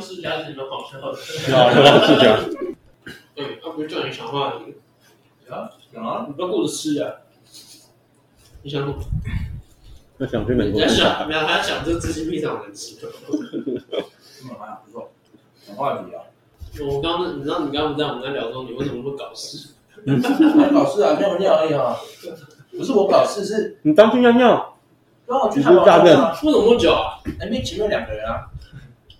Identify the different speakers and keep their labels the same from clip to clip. Speaker 1: 是了解你们广州的。
Speaker 2: 啊，是吧？是这样。
Speaker 1: 对，要不就叫你想画一个，
Speaker 3: 啊，你不要顾着吃呀、
Speaker 1: 你想弄，
Speaker 2: 那想去美
Speaker 1: 人
Speaker 2: 国
Speaker 1: 家
Speaker 2: 看看，
Speaker 1: 想，没有，他想这芝心披萨我能吃。
Speaker 3: 嗯，还不错，很话 题啊。
Speaker 1: 我刚刚，你知道你刚刚在我们在聊中，你为什么会搞事？
Speaker 3: 我搞事啊，尿个尿而已啊，不是我搞事，是
Speaker 2: 你当心尿尿，
Speaker 3: 刚好去
Speaker 2: 你
Speaker 3: 台
Speaker 2: 是
Speaker 3: 湾
Speaker 2: 大便
Speaker 3: 啊，
Speaker 1: 为什么那么久啊？
Speaker 3: 那边前面两个人啊，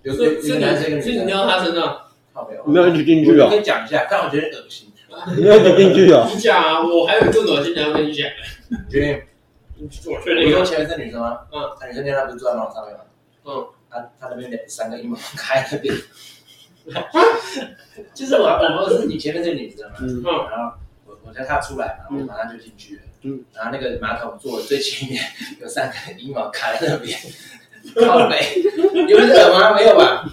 Speaker 3: 有
Speaker 1: 所以
Speaker 3: 个
Speaker 1: 所
Speaker 3: 有
Speaker 1: 以
Speaker 3: 个男生一个
Speaker 1: 你所以
Speaker 3: 女
Speaker 1: 你
Speaker 3: 生，
Speaker 1: 尿他身上？
Speaker 3: 靠没有
Speaker 2: 你没有一起进去
Speaker 3: 我
Speaker 2: 哦，
Speaker 3: 跟你讲一下，但我觉得恶心，
Speaker 2: 你没有一起进去哦，
Speaker 1: 你讲啊，我还有更恶心的要跟你讲。
Speaker 3: 决定。
Speaker 1: 我确定
Speaker 3: 我
Speaker 1: 一个
Speaker 3: 说，前面是女生吗？啊
Speaker 1: 嗯，
Speaker 3: 那女生尿她不是坐在马桶上面吗？
Speaker 1: 嗯，
Speaker 3: 她她那边两三个阴毛开那边，就是我我我是你前面是女生嘛，
Speaker 2: 嗯
Speaker 3: 然后我我叫她出来嘛，我马上就进去了，
Speaker 2: 嗯，
Speaker 3: 然后那个马桶座最前面有三个阴毛卡在那边，靠背，有惹吗？没有吧？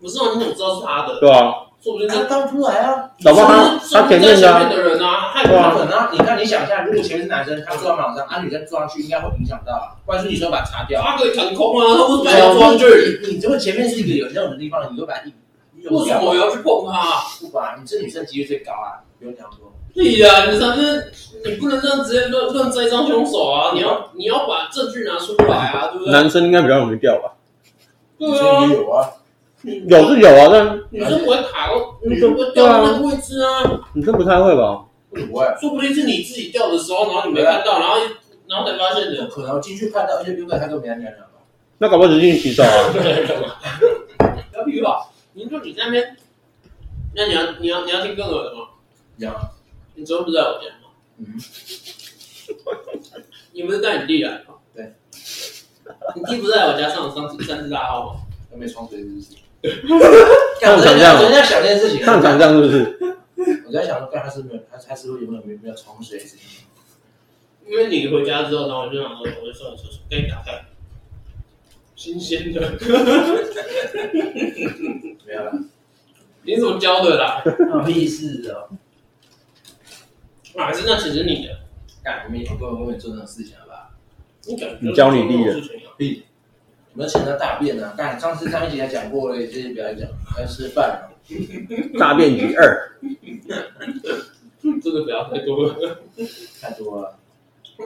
Speaker 1: 不是吗？你怎么知道是他的？
Speaker 2: 对吧？
Speaker 1: 说不定他
Speaker 3: 她倒出来啊，
Speaker 2: 搞不好
Speaker 1: 说
Speaker 2: 他他
Speaker 1: 不定在
Speaker 2: 前面的
Speaker 1: 前
Speaker 2: 啊
Speaker 1: 面的人啊，他
Speaker 3: 不
Speaker 1: 有
Speaker 2: 对啊
Speaker 3: 可能啊！你看，你想一下，如果前面是男生，他坐在马桶上，啊，女生坐上去应该会影响到啊，不然说女生把它擦掉啊。
Speaker 1: 他可以腾空啊，他为什么要装去？
Speaker 3: 你你这个前面是一个有尿的地方，你就把它硬用
Speaker 1: 为什
Speaker 3: 掉
Speaker 1: 么我要去碰他？
Speaker 3: 不管，你这女生几率最高啊，不用讲多。
Speaker 1: 对呀，你咱们你不能这样直接乱乱栽赃凶手啊！你要你要把证据拿出来啊，对不对？
Speaker 2: 男生应该比较容易掉吧？
Speaker 3: 女
Speaker 1: 对
Speaker 3: 生
Speaker 1: 啊
Speaker 3: 也，有啊，
Speaker 2: 有是有啊，但
Speaker 1: 女生不会卡到，女生不会掉到那个位置啊。
Speaker 2: 女生不太会吧？
Speaker 3: 不会，
Speaker 1: 说不定是你自己掉的时候，然后你没看到，然后然后才发现
Speaker 3: 不
Speaker 1: 的。
Speaker 3: 可能进去看到，而且有可能他都没在尿尿吧。
Speaker 2: 那搞不好只是进去洗手啊，
Speaker 1: 不要比喻吧，你说你在那边，那你要你要你要听更恶的吗？
Speaker 3: 这样，
Speaker 1: 你昨天不是在我家吗？
Speaker 3: 嗯，
Speaker 1: 你不是带你弟来吗？
Speaker 3: 对。
Speaker 1: 你弟不是在我家上三次三次大号吗？
Speaker 3: 都没冲水是不是？
Speaker 2: 像我想象
Speaker 3: 我昨天在想这件事情，
Speaker 2: 像长这样是不是？
Speaker 3: 我在想说，干他是没有，他他是不是有没有没有冲水这件事情？
Speaker 1: 因为你回家之后，然后我就想说，我就说我说给你打开，新鲜的，
Speaker 3: 没有了，
Speaker 1: 你怎么教的啦？
Speaker 3: 那屁事哦！
Speaker 1: 哪是那其实你的，
Speaker 3: 干，我们也不会为做这种事情好吧？
Speaker 1: 你感觉
Speaker 2: 你教你弟的
Speaker 1: 做这种事情啊
Speaker 3: 有没有想到大便呢？干，上次上一集还讲过了，这些不要讲，要吃饭了。
Speaker 2: 大便及二，
Speaker 1: 这个不要太多了，
Speaker 3: 太多了。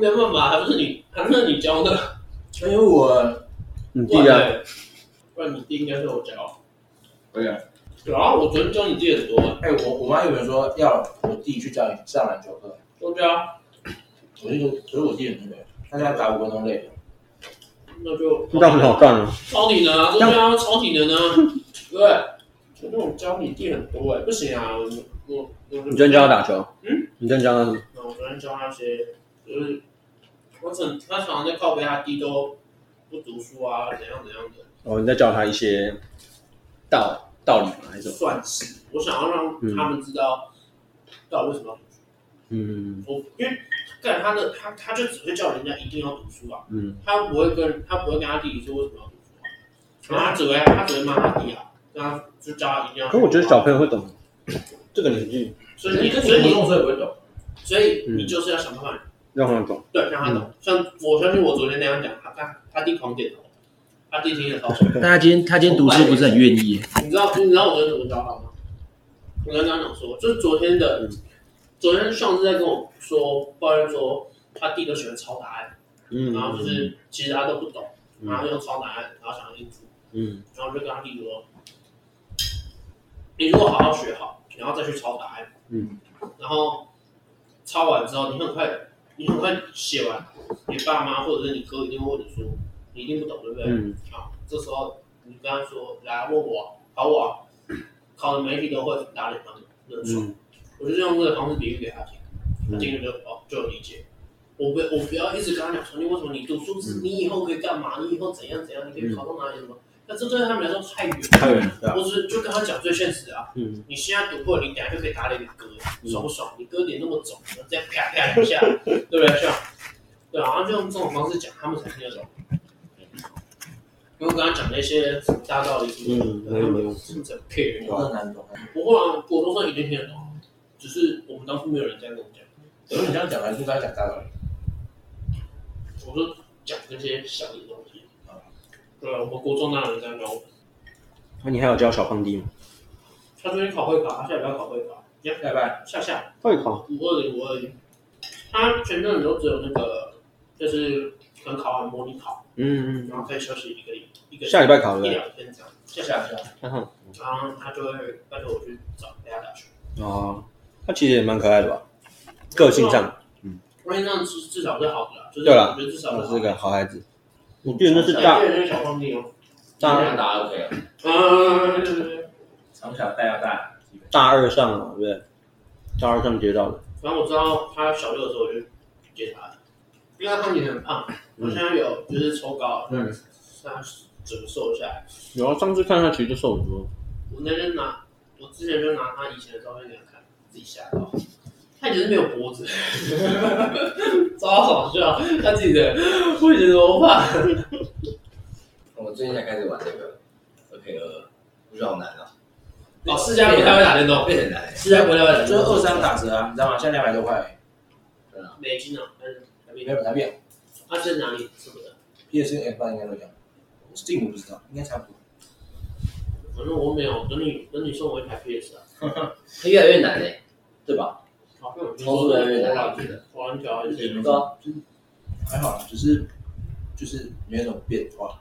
Speaker 1: 没办法，还不是你，还不是你教 的。
Speaker 3: 因为我，
Speaker 2: 你弟啊，，
Speaker 1: 不然你弟应该是我教。
Speaker 3: 对呀。
Speaker 1: 有啊，我昨天教你弟很多，
Speaker 3: 哎、我我妈有人说要我弟去教你上篮球课，
Speaker 1: 都教，
Speaker 3: 我就可是我弟很累，他家打五分钟累了。
Speaker 1: 那就
Speaker 2: 这样很好干啊。
Speaker 1: 超体能啊，都教超体能啊，对，那我教你弟很多哎，不行啊，我我我
Speaker 2: 你真教他啊打球？
Speaker 1: 嗯，
Speaker 2: 你真教他什么？
Speaker 1: 那我昨天教那些，就是我整他常常在靠背他弟都不读书啊，怎样怎样的，
Speaker 2: 哦，你在教他一些道道理吗？还是什么？
Speaker 1: 算是我想要让他们知道到底为什么要读书，
Speaker 2: 嗯
Speaker 1: 我因为干他的他他就只会叫人家一定要读书啊。
Speaker 2: 嗯，
Speaker 1: 他不会跟他不会跟他弟弟说为什么要读书啊，然后他只会他只会骂他弟啊，然后就教他一定要。
Speaker 2: 可我觉得小，朋友会懂，这个年纪
Speaker 1: 所以你所以你
Speaker 3: 所以不会懂。
Speaker 1: 所以
Speaker 2: 嗯
Speaker 1: 你就是要想办法
Speaker 2: 让他懂，
Speaker 1: 对让他懂。像我相信我昨天那样讲，他他他弟狂点头，他弟听得超爽。
Speaker 3: 但他今天他今天读书不是很愿意，
Speaker 1: 你知道你知道我昨天怎么教他吗？我跟他讲说，就是昨天的，
Speaker 2: 嗯
Speaker 1: 昨天上次在跟我说抱怨说他弟都喜欢抄答案，
Speaker 2: 嗯
Speaker 1: 然后就是其实他都不懂，
Speaker 2: 嗯
Speaker 1: 然后用抄答案，然后想要应付。
Speaker 2: 嗯
Speaker 1: 然后就跟他弟说，你如果好好学好，然后再去抄答案，
Speaker 2: 嗯，
Speaker 1: 然后抄完之后，你很快，你很快写完，你爸妈或者是你哥一定会问你说，你一定不懂，对不对？
Speaker 2: 嗯
Speaker 1: 好，啊这时候你跟他说，来问我，考我啊，考的每一题都会打脸他们，那很爽。
Speaker 2: 嗯
Speaker 1: 我就是用这个方式比喻给他听，他
Speaker 2: 嗯
Speaker 1: 听了就哦就有理解。我不我不要一直跟他讲说，你为什么你读书
Speaker 2: 嗯
Speaker 1: 是，你以后可以干嘛？你以后怎样怎样？你可以考到哪里什么？那这对他们来说太远了。
Speaker 2: 太远了，
Speaker 1: 我只是就跟他讲最现实啊，
Speaker 2: 嗯
Speaker 1: 你现在读过，你等下就可以打脸你哥，
Speaker 2: 嗯
Speaker 1: 爽不爽？你哥脸那么肿，然后这样啪啪两 下，对不对？这样，对啊，然后就用这种方式讲，他们才听得懂。因为我跟他讲那些什么大道理什么的，
Speaker 2: 嗯
Speaker 1: 他们是不是很 care？
Speaker 3: 我很难懂。
Speaker 1: 不会啊，国中生一定听得懂，只是我们当初没有人这样跟我讲。
Speaker 3: 所以你这样讲来，就是他讲大道理。
Speaker 1: 我就讲这些小的东西
Speaker 3: 啊。
Speaker 1: 对啊，我们国中当然有在教我们，
Speaker 2: 那你还有教小胖弟吗？
Speaker 1: 他昨天考会考，他下礼拜考会考，下
Speaker 3: 拜拜。
Speaker 1: 下下
Speaker 2: 会考，
Speaker 1: 五二零五二零，他全证都只有那个，就是可能考完模拟考，
Speaker 2: 嗯，
Speaker 1: 然后可以休息一个礼一个
Speaker 2: 下礼拜考
Speaker 1: 一
Speaker 2: 了，
Speaker 1: 两天这样，下
Speaker 3: 下
Speaker 1: 下
Speaker 3: 下下，
Speaker 2: 然后
Speaker 1: 然后他就会拜托我去找陪他打球。
Speaker 2: 哦，他其实也蛮可爱的吧，个性上
Speaker 1: 我印象至至少是好的啦，就是
Speaker 2: 对啦
Speaker 1: 我觉得至少
Speaker 2: 他
Speaker 1: 是
Speaker 2: 是
Speaker 1: 好的。
Speaker 2: 个好孩子。我记得那是
Speaker 1: 哎
Speaker 2: 大
Speaker 1: 这个人是小胖弟哦。
Speaker 3: 大
Speaker 2: 大
Speaker 3: 量打 OK 了，
Speaker 1: 嗯，对对对
Speaker 3: 从小带到大，基本
Speaker 2: 大二上嘛，对不对？大二上接到的，
Speaker 1: 然后我知道他小六的时候我就接他了，因为他当年很胖，我现在有就是抽高，
Speaker 2: 嗯
Speaker 1: 嗯，他整个瘦下来。
Speaker 2: 有啊，上次看他其实就瘦很多，
Speaker 1: 我那天拿，我之前就拿他以前的照片给他看，自己吓到。他以前是没有脖 子，超好笑。他自己的，我以前头发，
Speaker 3: 我最近才开始玩那个 OK 二，我觉得好难哦。
Speaker 1: 哦，释迦不太会打电动，
Speaker 3: 变很难，
Speaker 1: 释迦不太会打电动，
Speaker 3: 就是二三打折啊，你知道吗？现在两百多块，
Speaker 1: 美金啊，但是还没
Speaker 3: 没有台币啊
Speaker 1: 他是哪里什么的？
Speaker 3: ，PS 跟 F 应该都一样，Steam 我不知道，应该差不多。
Speaker 1: 反正我没有，等你等你送我一台 PS 啊，
Speaker 4: 它越来越难嘞，对吧？
Speaker 1: 好像我听
Speaker 4: 操
Speaker 1: 说
Speaker 4: 作越
Speaker 1: 波
Speaker 4: 来越难，
Speaker 1: 兰
Speaker 4: 我觉得。
Speaker 1: 波兰条一啊些
Speaker 4: 你，说
Speaker 3: 还好啦，只是就是没有什么变化。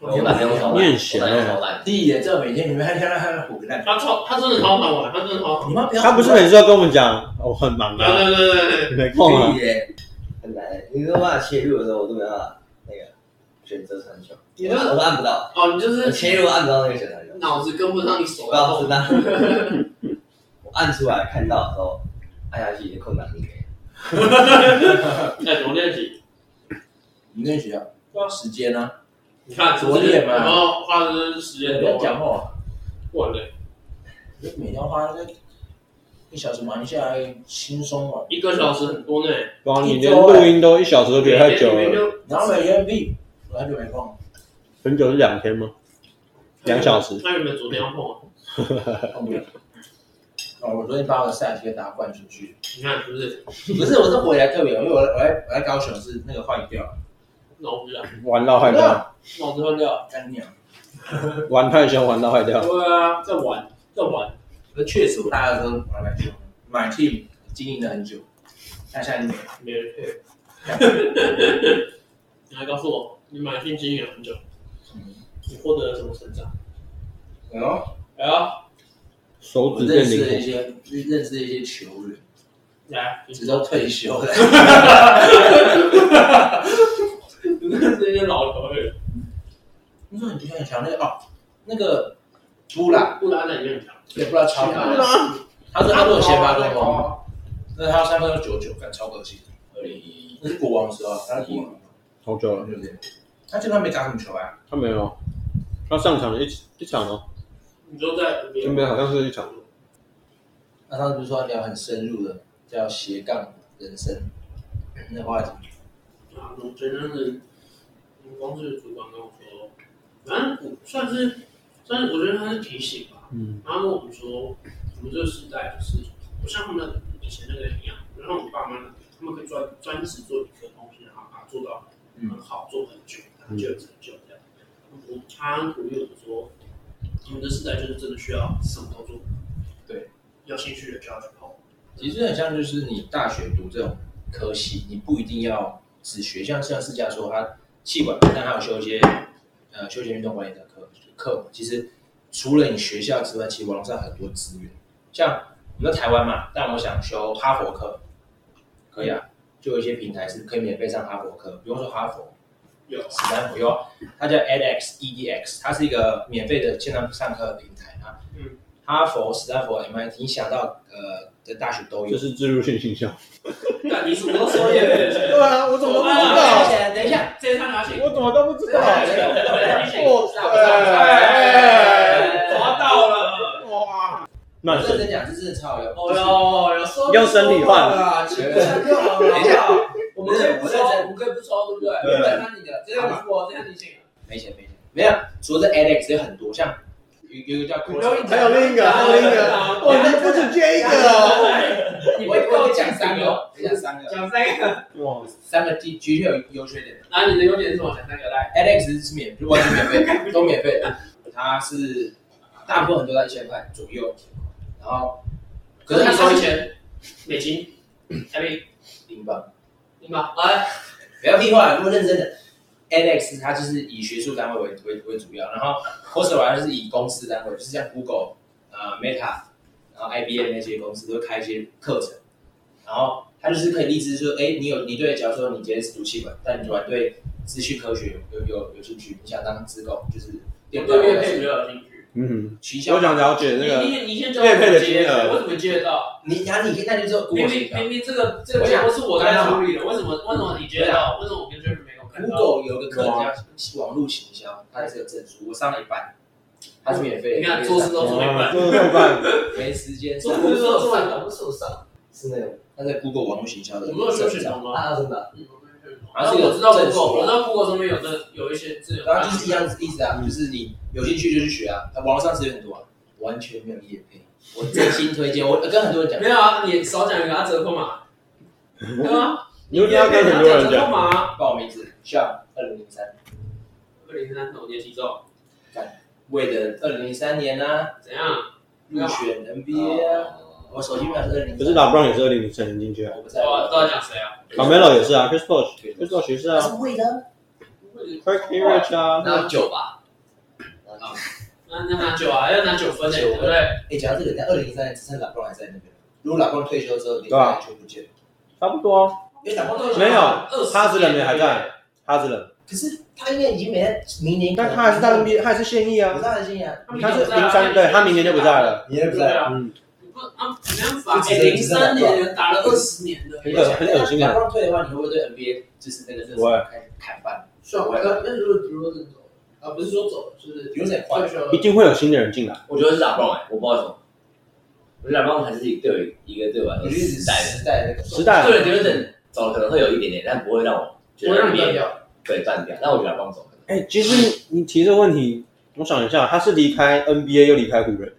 Speaker 4: 我懒得用超
Speaker 2: 你
Speaker 4: 懒，
Speaker 2: 很闲
Speaker 4: 我
Speaker 2: 啊
Speaker 4: 懒得用超懒，
Speaker 3: 第一点，这每天你们还天还虎个蛋，
Speaker 1: 他超他真的超好玩，他真的超好玩。
Speaker 3: 你妈不要。
Speaker 2: 他不是每次都跟我们讲我很忙
Speaker 1: 对
Speaker 2: 啊，
Speaker 1: 对对对对，
Speaker 2: 没空啊，
Speaker 4: 耶，很难欸。你没有办法切入的时候，我都没办法那个选择传球，
Speaker 1: 你
Speaker 4: 我
Speaker 1: 那
Speaker 4: 都按不到，
Speaker 1: 哦，你就
Speaker 4: 我
Speaker 1: 是
Speaker 4: 切入按不到那个选择球。
Speaker 1: 脑子跟不上你手
Speaker 4: 我
Speaker 1: 的
Speaker 4: 告诉
Speaker 1: 动，
Speaker 4: 他， 我按出来看到的时候，按下去已经空档里面。
Speaker 1: 哎，怎么练习？
Speaker 3: 你那学校
Speaker 1: 啊
Speaker 3: 时间啊呢？
Speaker 1: 你看
Speaker 3: 昨夜嘛
Speaker 1: 然后花的时间啊
Speaker 3: 不
Speaker 1: 多
Speaker 3: 要
Speaker 1: 讲
Speaker 3: 讲话，
Speaker 1: 过了，
Speaker 3: 你每天花那个一小时忙一下来，轻松嘛。
Speaker 1: 一个小时很多呢，
Speaker 2: 然后你连录音都一小时都
Speaker 3: 啊
Speaker 2: 觉得太久了，
Speaker 1: 了，
Speaker 3: 然后每天币，我很久没碰，
Speaker 2: 很久是两天吗？两小时
Speaker 1: 那你们昨天要碰啊？
Speaker 3: 碰不了。哦，我昨天把我的赛季给打冠出去，
Speaker 1: 你看是不是？
Speaker 3: 不是，我是回来特别，因为我我在我在高雄是那个坏掉了，
Speaker 1: 脑子啊，
Speaker 2: 玩到坏掉，
Speaker 1: 脑子乱掉。
Speaker 3: 干娘。
Speaker 2: 玩太凶，玩到坏掉，
Speaker 1: 对啊，在玩，在玩。
Speaker 3: 可是确实我大二的时候玩篮球，买 team 经营了很久，但现在没有。
Speaker 1: 没人配。 你来告诉我，你买新经营了很久，你获得了什么成长？
Speaker 3: 然后
Speaker 1: 来啊，
Speaker 2: 手
Speaker 3: 我
Speaker 2: 指
Speaker 3: 认
Speaker 2: 变
Speaker 3: 识了一
Speaker 2: 灵
Speaker 3: 些认识了一些球员，
Speaker 1: 嗯 来，
Speaker 3: 直到退休了。
Speaker 1: 你是这些老球员，
Speaker 3: 你说你觉得很强那个哦，那个布拉
Speaker 1: 布拉在里面强，
Speaker 3: 也不知道超
Speaker 1: 布
Speaker 3: 强，
Speaker 1: 拉
Speaker 3: 他说他都有先发中锋，那他三分都九九，干超可惜。
Speaker 4: 二零一一，
Speaker 3: 那是国王的时候，啊他是国王，
Speaker 2: 好久了，
Speaker 3: 对不对？他基本上没打什么球啊，
Speaker 2: 他没有，他上场了一一场哦，
Speaker 1: 你就在里
Speaker 2: 前
Speaker 1: 面
Speaker 2: 面好像是一场，
Speaker 3: 那上次不是说要聊很深入的，叫斜杠人生那话题？
Speaker 1: 啊，我觉得是，我光是主管跟我说，反正我算是，算是我觉得他是提醒吧。
Speaker 2: 嗯，
Speaker 1: 然后跟我们说，我们这个时代就是不像他们以前那个人一样，然后我爸妈他们可以专专职做一个东西，然后把它做到很好，做很久，然后就有成就这样。我他鼓励我们说，我们的时代就是真的需要什么都做，
Speaker 3: 对，
Speaker 1: 有兴趣的就要去碰。
Speaker 3: 其实很像就是你大学读这种科系，你不一定要只学，像像世家说他气管，但还有修一些呃休闲运动管理的课课。其实除了你学校之外，其实网络上很多资源，像我们在台湾嘛，但我想修哈佛课，可以啊，就有一些平台是可以免费上哈佛课，不用说哈佛，
Speaker 1: 有
Speaker 3: 史丹福有，它叫 edX edX，它是一个免费的线上上课的平台啊。
Speaker 1: 嗯，
Speaker 3: 哈佛、史丹佛、MIT，你想到呃的大学都有
Speaker 2: 这。是自入性形象。
Speaker 1: 那你什么说也？
Speaker 2: 对啊，我怎
Speaker 1: 么都不知
Speaker 3: 等
Speaker 1: 道
Speaker 3: 一下，等一下，
Speaker 1: 这一趟拿起，
Speaker 2: 我怎么都不知道？
Speaker 1: 抓到了。
Speaker 2: 哇，
Speaker 3: 我
Speaker 2: 那
Speaker 3: 认
Speaker 2: 是
Speaker 3: 真讲，这真的超有。
Speaker 1: 哦哟，有说
Speaker 2: 用生理化
Speaker 1: 啊，全部上课了。等
Speaker 3: 等一下，
Speaker 1: 我
Speaker 3: 我
Speaker 1: 们
Speaker 3: 们
Speaker 1: 可
Speaker 3: 可
Speaker 1: 以
Speaker 3: 以
Speaker 1: 不
Speaker 3: 不
Speaker 1: 抽
Speaker 3: 抽，
Speaker 1: 我们可以不抽，对不对？
Speaker 3: 对
Speaker 1: 不然那你的，这样我，这样你请。
Speaker 3: 没钱没钱，没有。除了这 edX 有很多，像有一个叫
Speaker 1: 不用一直
Speaker 5: 还有另一个，还有另一个，哇，你们不止缺一个哦，
Speaker 3: 你不会够讲三个，讲三个，
Speaker 1: 讲三个，
Speaker 5: 哇，
Speaker 3: 三个的的确有优缺点的。
Speaker 1: 然后你的优点是什么？讲三个来。
Speaker 3: Alex 是免，就完全免费，都免费的。它是大部分都在一千块左右，然后可
Speaker 1: 可是
Speaker 3: 是
Speaker 1: 他
Speaker 3: 它
Speaker 1: 收
Speaker 3: 收
Speaker 1: 一
Speaker 3: 一千
Speaker 1: 千美金，台币，
Speaker 3: 英镑，
Speaker 1: 对吗？来，
Speaker 3: 不要屁话，如果认真的。Alex 它就是以学术单位为为为主要，然后 c o s e r a 就是以公司单位，就是像 Google、呃 Meta，然后 IBM 那些公司都会开一些课程，然后它就是可以立志说，哎，你有你对，假如说你今天是读气管，但你突然对资讯科学有有有有兴趣，你想当资工，就是
Speaker 1: 对面配比较有兴趣。
Speaker 2: 嗯，
Speaker 3: 取消
Speaker 2: 我想了解
Speaker 1: 你
Speaker 2: 那个，
Speaker 1: 你你先教我怎么接的，我怎么接得到？
Speaker 3: 你然后你可以那就只有 Google
Speaker 1: 明
Speaker 3: 协
Speaker 1: 明
Speaker 3: 调
Speaker 1: 明明这个这个节目是我在处理的，为什么为什么你接得到？为什么我跟 Jerry 没有看到？
Speaker 3: Google 有个课叫网络行销，它是有证书，我上了一半，它是免费
Speaker 1: 你
Speaker 3: 的。
Speaker 1: 看做事都做一
Speaker 2: 哇
Speaker 1: 半，
Speaker 2: 真的太棒了，
Speaker 3: 没时间
Speaker 1: 做
Speaker 3: 上，
Speaker 1: 事都做一半。
Speaker 5: 们受伤，是那种
Speaker 3: 它在 Google 网络行销的
Speaker 1: 我没有
Speaker 3: 证
Speaker 1: 学
Speaker 3: 照
Speaker 1: 选懂吗？
Speaker 5: 啊，真的，
Speaker 1: 嗯，然后我知道 Google，我知道 Google 上面有这有一些资源，
Speaker 3: 然后就是一样子意思啊，就是你有兴趣就去学啊，网络上资源很多啊，完全没有业配。我真心推荐，我跟很多人讲，
Speaker 1: 没有啊，你少讲一个，他折扣码，对吗？
Speaker 2: 你又要跟很多
Speaker 1: 折
Speaker 2: 人
Speaker 1: 扣
Speaker 2: 讲，
Speaker 1: 码，
Speaker 3: 报名字像二零零三，
Speaker 1: 二零三头年提中
Speaker 3: 为了二零零三年啊
Speaker 1: 怎样？
Speaker 3: 入选 NBA 啊，我手机密码是二零，
Speaker 2: 可是老 Brown 也是二零零三年进去啊
Speaker 3: 我不在乎，
Speaker 1: 我知道讲谁啊？
Speaker 2: ，Carmelo 也是啊，Chris Bosh，Chris
Speaker 3: 对
Speaker 2: Bosh 也是
Speaker 3: 他
Speaker 2: 啊
Speaker 3: 是为了，
Speaker 2: ，Craig h e r i c h 啊，
Speaker 5: 拿九吧，
Speaker 1: 那那拿九啊，要拿九分的，对不对？
Speaker 3: 哎，讲到这个，在二零零三年只剩老公还在那边，如果老公退休之后，你
Speaker 2: 对啊
Speaker 3: 全不见了。
Speaker 2: 差不多啊，
Speaker 3: 因为打工都
Speaker 2: 没有哈斯人没还在，哈斯人，
Speaker 3: 可是他应该已经没在明年，
Speaker 2: 但他还是在 NBA，他还是现役
Speaker 3: 我
Speaker 2: 啊
Speaker 3: 知，道的心啊，
Speaker 2: 他是零三，对他明年就不在。了，
Speaker 5: 你也不
Speaker 1: 对
Speaker 5: 在，
Speaker 1: 啊，
Speaker 2: 嗯，
Speaker 1: 不啊，没办法，哎，零三年打了二十年的，
Speaker 2: 很恶很恶心啊，
Speaker 3: 打工退的话，你会不会对 NBA 就是那个热
Speaker 2: 不会
Speaker 3: 身开始砍半？
Speaker 1: 算我那那如果 d r o 走，啊，不是说走，就是
Speaker 3: 有点快，
Speaker 2: 一定会有新的人进来，
Speaker 4: 我觉得是打棒
Speaker 3: 欸
Speaker 4: 哎，我不知道为什么，我觉得打棒才是一个对我一个对我来
Speaker 3: 我
Speaker 4: 说
Speaker 3: 觉得
Speaker 4: 时代的。
Speaker 3: 时代那个
Speaker 2: 时代
Speaker 4: 对，觉得走可能会有一点点，但不会让我觉
Speaker 1: 我
Speaker 4: 得
Speaker 1: 让你
Speaker 4: 别
Speaker 1: 掉，
Speaker 4: 对断掉。那我觉得打棒走可能
Speaker 2: 哎、其实你提这个问题，我想一下，他是离开 NBA 又离开湖人，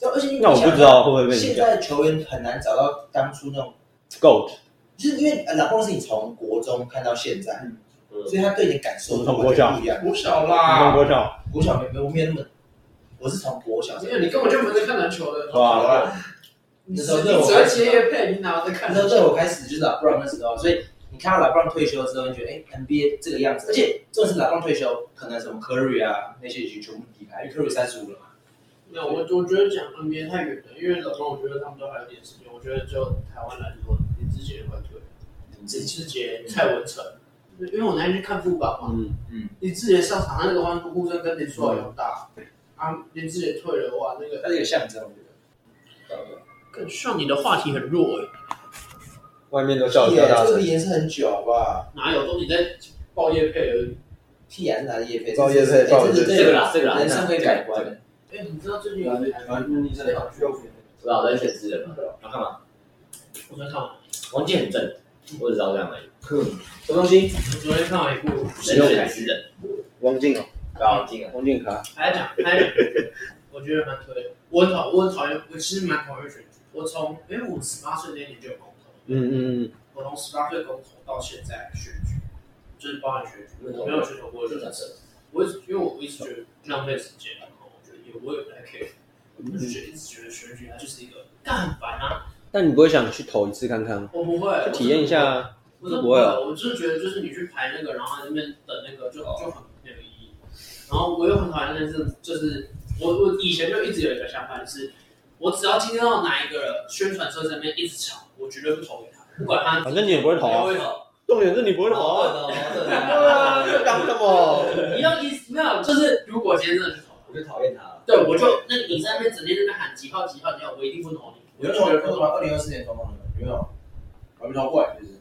Speaker 3: 对，而且你啊
Speaker 2: 那我不知道会不会被
Speaker 3: 现
Speaker 2: 影响。
Speaker 3: 在球员很难找到当初那种，
Speaker 2: Goat，
Speaker 3: 就是因为呃老公是你从国中看到现在，
Speaker 4: 嗯
Speaker 3: 所以他对你的感受
Speaker 2: 我从
Speaker 3: 完全不一样。
Speaker 1: 不小
Speaker 2: 你看
Speaker 3: 啊
Speaker 1: 啦，
Speaker 2: 郭少，
Speaker 3: 国小没没有没有那么，我是从国小才，
Speaker 1: 因为你根本就没在看篮球的，
Speaker 3: 啊
Speaker 2: 哇，
Speaker 1: 你只你只会接业配，你哪有在看
Speaker 3: 那时
Speaker 1: 篮
Speaker 3: 候对
Speaker 1: 球？
Speaker 3: 我开始就是老布朗那时候，所以你看到老布朗退休之后，你觉得哎、NBA 这个样子，而且这是老布朗退休，可能什么 Curry 啊那些已经全部离开，因为 Curry 三十五了嘛。
Speaker 1: 没有，我我觉得讲 NBA 太远了，因为老公我觉得他们都还有点时间，我觉得就台湾篮球林志杰快退，
Speaker 3: 你
Speaker 1: 林
Speaker 3: 自己
Speaker 1: 志杰、蔡文成，因为我那天去看富邦嘛，
Speaker 2: 嗯，
Speaker 1: 林志杰上场他那个欢呼呼声跟林书豪一样大，啊，林志杰退了哇，那个
Speaker 3: 它是一个象征，我觉得。
Speaker 1: 更像你的话题很弱哎、
Speaker 2: 外面都笑得
Speaker 3: 屁啊
Speaker 2: 特大
Speaker 3: 这个
Speaker 2: 声，
Speaker 3: 延是很久好不好？
Speaker 1: 哪有都你在报业配而已。
Speaker 3: 屁还是拿叶飞，
Speaker 5: 造
Speaker 3: 这
Speaker 5: 业
Speaker 3: 是
Speaker 5: 费造业
Speaker 3: 这是
Speaker 5: 费
Speaker 3: 对
Speaker 4: 这个啦，这个啦，
Speaker 3: 人生会改观的。
Speaker 1: 哎、你知道最近有一个台湾，
Speaker 5: 你这里需要我
Speaker 4: 不知道我在选资人嘛，然后干嘛？
Speaker 1: 我在看完，
Speaker 4: 王健很正，我只知道这样而已。
Speaker 2: 什么东西？
Speaker 1: 我嗯昨天看完一部，
Speaker 4: 人选之人，
Speaker 2: 王静哦，
Speaker 4: 高进啊，
Speaker 2: 王静卡，
Speaker 1: 还在讲，还在讲， 我觉得蛮推的。我很讨，我很讨厌，我其实蛮讨厌选举。我从，因为我十八岁那年就有公投，
Speaker 2: 嗯嗯嗯，
Speaker 1: 我从十八岁公投到现在选举，就是包含选举，我没有去投过任何政我一直因为我一直觉得浪费时间，然后我觉得也我也不太 care，我就觉得一直觉得选举它就是一个干很烦啊，
Speaker 2: 但你不会想去投一次看看吗？
Speaker 1: 我不会，
Speaker 2: 去体验一下啊，
Speaker 1: 我真的
Speaker 2: 不会啊
Speaker 1: 我就是觉得就是你去排那个，然后在那边等那个，就就很没有意义。然后我又很讨厌那种，就是我我以前就一直有一个想法，就是我只要听到哪一个宣传车在那边一直吵，我绝对不投给他，不管他
Speaker 2: 反正你也不会投
Speaker 1: 我
Speaker 2: 啊。
Speaker 1: 也会投。
Speaker 2: 重点是你不会投啊。啊，在讲什么？
Speaker 1: 你要意思没有，就是如果今天真的去投，
Speaker 5: 就讨厌他了，
Speaker 1: 对我就那你在那边整天在那边喊几号几号几号，我一定不投你。啊
Speaker 3: 有没有人说什么二零二四年总统的有没有？我还没投过来，就是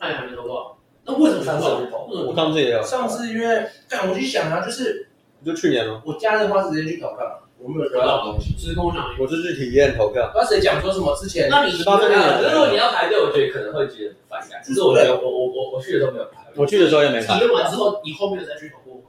Speaker 1: 那你还没投过？啊那为什么不投？嗯
Speaker 2: 我上次也有，
Speaker 3: 上次因为，但我去想啊，就是
Speaker 2: 就去年了，
Speaker 3: 我假日花时间去投票，我没有得到东西。
Speaker 1: 就是跟我讲，
Speaker 2: 我就去体验投票。
Speaker 3: 不知道谁讲说什么之前
Speaker 1: 那你
Speaker 2: 十八岁那
Speaker 4: 啊可
Speaker 2: 年
Speaker 4: 是如果你要排队，我觉得可能会觉得反感。只是我觉得我我我我去的时候没有排，
Speaker 3: 啊
Speaker 2: 我去的时候也没
Speaker 1: 体
Speaker 2: 看，
Speaker 1: 验完之后，你后面有再去投过吗？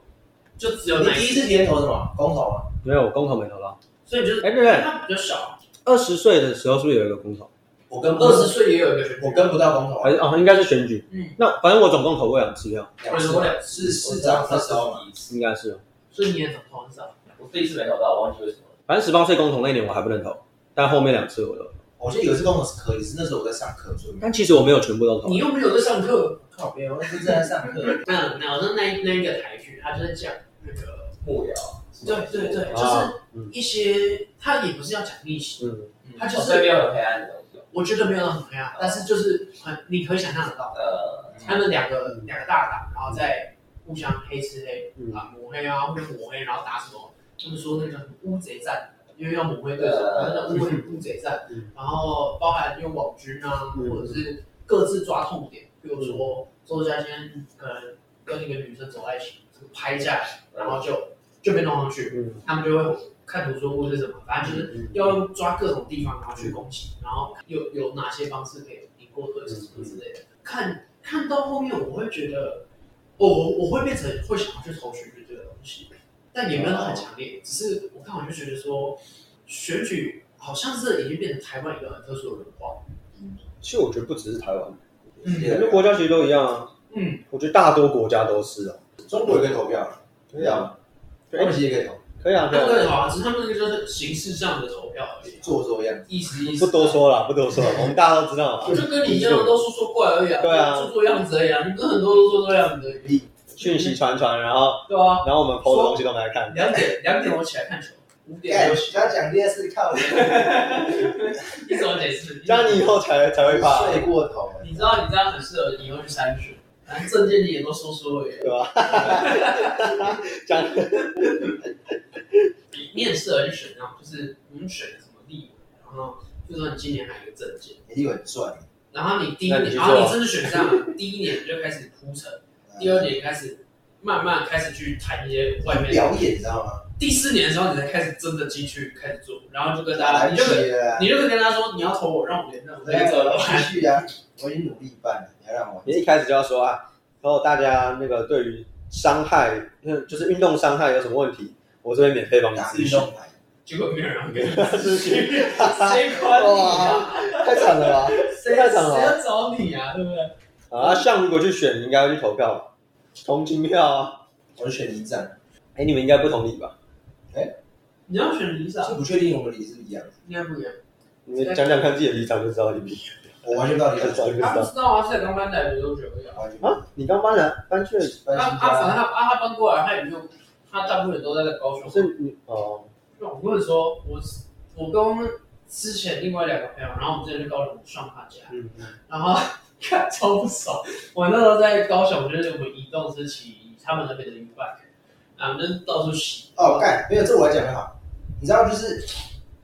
Speaker 1: 就只有
Speaker 3: 你
Speaker 1: 哪
Speaker 3: 第一
Speaker 1: 一，
Speaker 3: 次体验投什么？公投啊吗？
Speaker 2: 没有，我公投没投到。
Speaker 1: 所以你就是
Speaker 2: 哎，对对，
Speaker 1: 它比较少，
Speaker 2: 二十岁的时候是不是有一个公投？
Speaker 3: 我跟不
Speaker 1: 二十岁也有一个选举
Speaker 3: 我，跟不到公投啊
Speaker 2: 还，是哦，应该是选举。
Speaker 1: 嗯，
Speaker 2: 那反正我总共投过两次票，
Speaker 3: 两次
Speaker 1: 我
Speaker 3: 啊
Speaker 1: 两
Speaker 3: 是市长那时候嘛，
Speaker 2: 应该是。哦
Speaker 1: 所以你也很同意少。
Speaker 4: 我第一次没找到，我忘记为什么。
Speaker 2: 反正十八岁公投那年我还不能投，但后面两次我都。
Speaker 3: 我记得有一次公投是可以，是那时候我在上课，所以没
Speaker 2: 但其实我没有全部都投
Speaker 1: 你。又没有在上课，
Speaker 3: 靠边，哦我那时候正在上课，
Speaker 1: 嗯，然后那那那一个台剧，他就是讲那个，
Speaker 4: 幕僚，
Speaker 1: 对对对，
Speaker 2: 啊
Speaker 1: 就
Speaker 3: 嗯
Speaker 1: 是一些他也不是要讲历史，
Speaker 2: 嗯，
Speaker 1: 他就
Speaker 4: 哦所以
Speaker 1: 是
Speaker 4: 没有很黑暗的东西哦。
Speaker 1: 我觉得没有很黑暗，但是就是很你可以想象得到，
Speaker 4: 呃，
Speaker 1: 他们两个两个大党，然后在互相黑吃黑
Speaker 2: 嗯
Speaker 1: 啊抹黑啊，互相抹黑，然后打什么？他们说那个乌贼战，因为要抹黑对手，然后乌乌贼战，然后包含用网军啊，或者是各自抓痛点，比如说周家今天可能跟一个女生走在一起，拍下来，然后就就被弄上去，
Speaker 2: 嗯
Speaker 1: 他们就会看图说或是什么，反正就是。要用抓各种地方，然后去攻击，然后有有哪些方式可以赢过对手什么之类的。看看到后面，我会觉得，我我我会变成会想要去投选举这个东西，但也没有到很强烈，只是我看完就觉得说，选举好像是已经变成台湾一个很特殊的文化。
Speaker 2: 其实我觉得不只是台湾，
Speaker 1: 嗯
Speaker 2: 很多国家其实都一样啊。
Speaker 1: 嗯，
Speaker 2: 我觉得大多国家都是哦。
Speaker 3: 中国也可以投票，可以啊，土耳其也可以投，
Speaker 2: 可以啊，可
Speaker 1: 那
Speaker 2: 以啊。
Speaker 1: 个好像是他们那个就是形式上的投票而已，
Speaker 3: 做做一样，
Speaker 1: 意思意思。
Speaker 2: 不多，说了，不多说了，我们大家都知道啊。
Speaker 1: 就跟你一样，都说说过来而已啊，
Speaker 2: 对啊
Speaker 1: 做做样子而已啊，你跟很多都做做样子而已，
Speaker 2: 讯息传传，然后
Speaker 1: 对啊。
Speaker 2: 然后我们 PO 的东西都没来看。
Speaker 1: 两点两点我起来看球，五点
Speaker 3: 干
Speaker 1: 我起
Speaker 3: 他
Speaker 1: 来，
Speaker 3: 讲第二次靠你
Speaker 1: 你怎么解释？
Speaker 2: 这样你以后才才会怕，
Speaker 3: 睡过头了，
Speaker 1: 你知道你这样很适合以后去筛选，反正证件你也都说说而已，
Speaker 2: 对吧？讲
Speaker 1: 你你很适合去选那种，就是我们选什么立委，然后就说你今年还有一个证件，
Speaker 3: 一定很赚，
Speaker 1: 然后你第一
Speaker 2: 那你
Speaker 1: 年，
Speaker 2: 去
Speaker 1: 然
Speaker 2: 做啊
Speaker 1: 后你真的选上了，第一年你就开始铺陈，第二年开始慢慢开始去谈一些外面的，
Speaker 3: 表演，你知道吗？
Speaker 1: 第四年的时候你才开始真的进去开始做，然后就跟大
Speaker 3: 来
Speaker 1: 家，你
Speaker 3: 不
Speaker 1: 就可以
Speaker 3: 及了，
Speaker 1: 你就可以跟他说你要投我，让我连任，我
Speaker 4: 哎
Speaker 1: 再
Speaker 3: 我
Speaker 1: 走了。
Speaker 3: 继续啊，我已经努力一半了，你要让我
Speaker 2: 你一开始就要说啊，然后大家那个对于伤害，嗯就是运动伤害有什么问题，我这边免费帮你
Speaker 3: 打
Speaker 2: 咨
Speaker 3: 运
Speaker 2: 询。
Speaker 3: 动牌，
Speaker 1: 结果没有人给你咨询，谁管你啊？
Speaker 2: 太惨了吧！
Speaker 1: 谁
Speaker 2: 太惨了
Speaker 1: 谁要找你啊？对不对？
Speaker 2: 啊，像如果去选，你应该要去投票吧，同情票啊。
Speaker 3: 我是选里长，
Speaker 2: 哎，你们应该不同理吧？
Speaker 1: 你要选理
Speaker 3: 就
Speaker 1: 想，
Speaker 3: 不确定我们里是不是一样，
Speaker 1: 应该不一样。
Speaker 2: 你们讲讲看自己的立场就知道你比
Speaker 3: 我完全不知道里
Speaker 2: 就知道就
Speaker 3: 长
Speaker 2: 知
Speaker 1: 他不
Speaker 2: 道
Speaker 1: 知道啊，是才刚搬来没多久而已啊。
Speaker 3: 完全不知道
Speaker 2: 啊。你刚搬来搬去，
Speaker 3: 搬
Speaker 1: 他他反
Speaker 3: 新家，
Speaker 1: 正他他他搬过来，他也没有，他大部分人都在高雄。
Speaker 2: 所以你哦，
Speaker 1: 那我跟你说，我我跟之前另外两个朋友，然后我们之前去高雄上他家，
Speaker 2: 嗯，
Speaker 1: 然后 看超不爽。我那时候在高雄，就是我们移动是骑他们那边的 U bike，啊，我们就是到处骑。
Speaker 3: 哦，干，没有，这我来讲就好，你知道 就是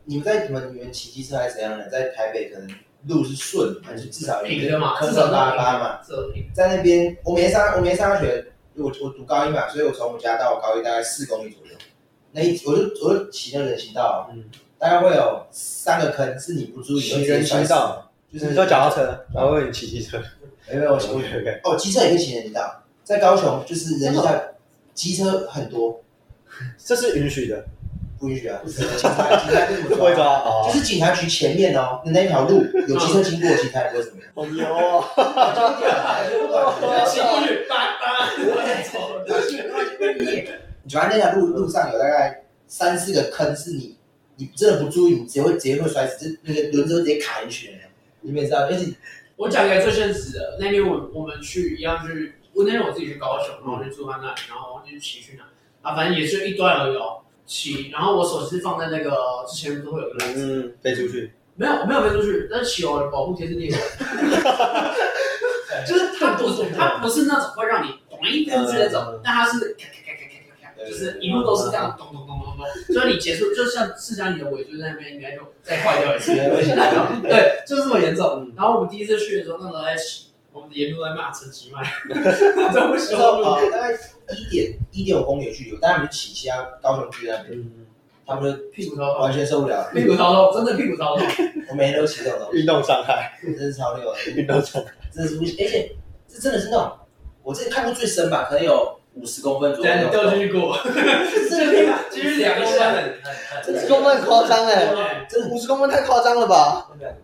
Speaker 3: 你们在你们你们骑机车还是怎样的，在台北可能路是顺的，还是至少有一
Speaker 1: 平
Speaker 3: 个
Speaker 1: 的嘛，
Speaker 3: 磕
Speaker 1: 至
Speaker 3: 磕
Speaker 1: 少
Speaker 3: 巴巴嘛。
Speaker 1: 这种平
Speaker 3: 在那边，我每天上我每天上大学，我我读高一嘛，所以我从我家到我高一大概四公里左右。那一我就我就骑那个人行道，啊
Speaker 2: 嗯
Speaker 3: 大概会有三个坑，是你不注意
Speaker 2: 骑人行道，
Speaker 3: 就
Speaker 2: 就是
Speaker 3: 是
Speaker 2: 说脚踏车，然后问你骑机车
Speaker 3: 没有没有我骑过
Speaker 2: ，OK OK，
Speaker 3: 哦，机车也可以骑人行道，在高雄就是人行道，机车很多
Speaker 2: 这是允许的，
Speaker 3: 不允许啊， 警察警察就是
Speaker 2: 不
Speaker 3: 怎
Speaker 2: 会抓
Speaker 3: 么抓，啊
Speaker 2: 哦
Speaker 3: 就，是警察局前面哦的那条路有机车 经过，警察也不会怎么样。
Speaker 2: 好牛哦，
Speaker 3: 啊
Speaker 1: 骑过去，叭叭，走 了。
Speaker 3: 主要那条路路上有大概三四个坑，是你你真的不注意，你直接会直接会摔死，就那个轮子会直接卡进去的那种。你们也知道，就是
Speaker 1: 我讲一个最现实的，那天我我们去一样去，我那天我自己去高雄，然后我就住他那里，然后我就骑去哪，啊，反正也是一段而已哦，骑，然后我手是放在那个之前都会有个篮子，
Speaker 2: 嗯，飞出去，
Speaker 1: 没有没有飞出去，但是骑我的保护贴是 裂的，就是它不是它不是那种会让你咚一飞出去那
Speaker 3: 嗯
Speaker 1: 种，但它是咔咔咔咔咔咔咔，就是一路都是这样咚咚咚咚咚，所以你结束就像刺向你的尾椎在那边应该就再坏掉一次。
Speaker 3: 危险
Speaker 1: 对，就是这么严重。嗯然后我们第一次去的时候，那时候在洗，我们沿路在骂陈其迈， 在不
Speaker 3: 那时
Speaker 1: 修
Speaker 3: 候
Speaker 1: 路。
Speaker 3: 啊，大概一点一点五公里的距离，我带他们去骑其他高雄区那边，
Speaker 2: 嗯，
Speaker 3: 他们就
Speaker 1: 屁股超痛，
Speaker 3: 完全受不了。
Speaker 1: 屁股超痛，真的屁股超 痛。
Speaker 3: 我每天都骑这种东
Speaker 2: 运动伤害，
Speaker 3: 西，真是 超溜的，
Speaker 2: 运动伤害，
Speaker 3: 真的是不行。而且这真的是那种，我之前看过最深吧，可能有
Speaker 6: 五十公分左右
Speaker 1: 等下
Speaker 6: 那
Speaker 1: 你
Speaker 6: 种
Speaker 1: 掉进去 过，
Speaker 3: 真的
Speaker 1: 继续两个下
Speaker 6: 很很很
Speaker 2: 五十公分很夸张哎，
Speaker 1: 来。
Speaker 2: 五十公分太夸张了吧？
Speaker 3: 真的